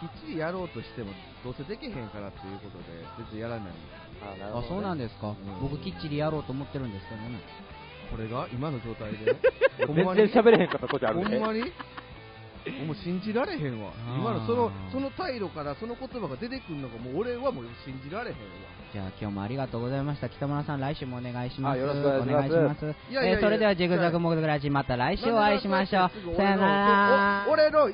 Speaker 2: きっちりやろうとしてもどうせできへんからっていうことで別にやらない
Speaker 3: あなるほど
Speaker 1: あ、
Speaker 3: ね
Speaker 1: そうなんですか。僕きっちりやろうと思ってるんですけどね。
Speaker 2: これが今の状態でほ
Speaker 3: 全
Speaker 2: んまに
Speaker 3: 然喋れへんかった時ある
Speaker 2: ほんま
Speaker 3: ね。
Speaker 2: にもう信じられへんわ
Speaker 1: あー
Speaker 2: 今のそのその態度からその言葉が出てくるのがもう俺はもう信じられへんわ
Speaker 1: じゃあ今日もありがとうございました。北村さん、来週もお願いします。
Speaker 3: あよろしくお願いします
Speaker 1: お願いし
Speaker 2: いやいやいや
Speaker 1: えーそれではジグザグモグラジ、また来週お会いしましょう。さよなら
Speaker 2: なんでなんで。お俺の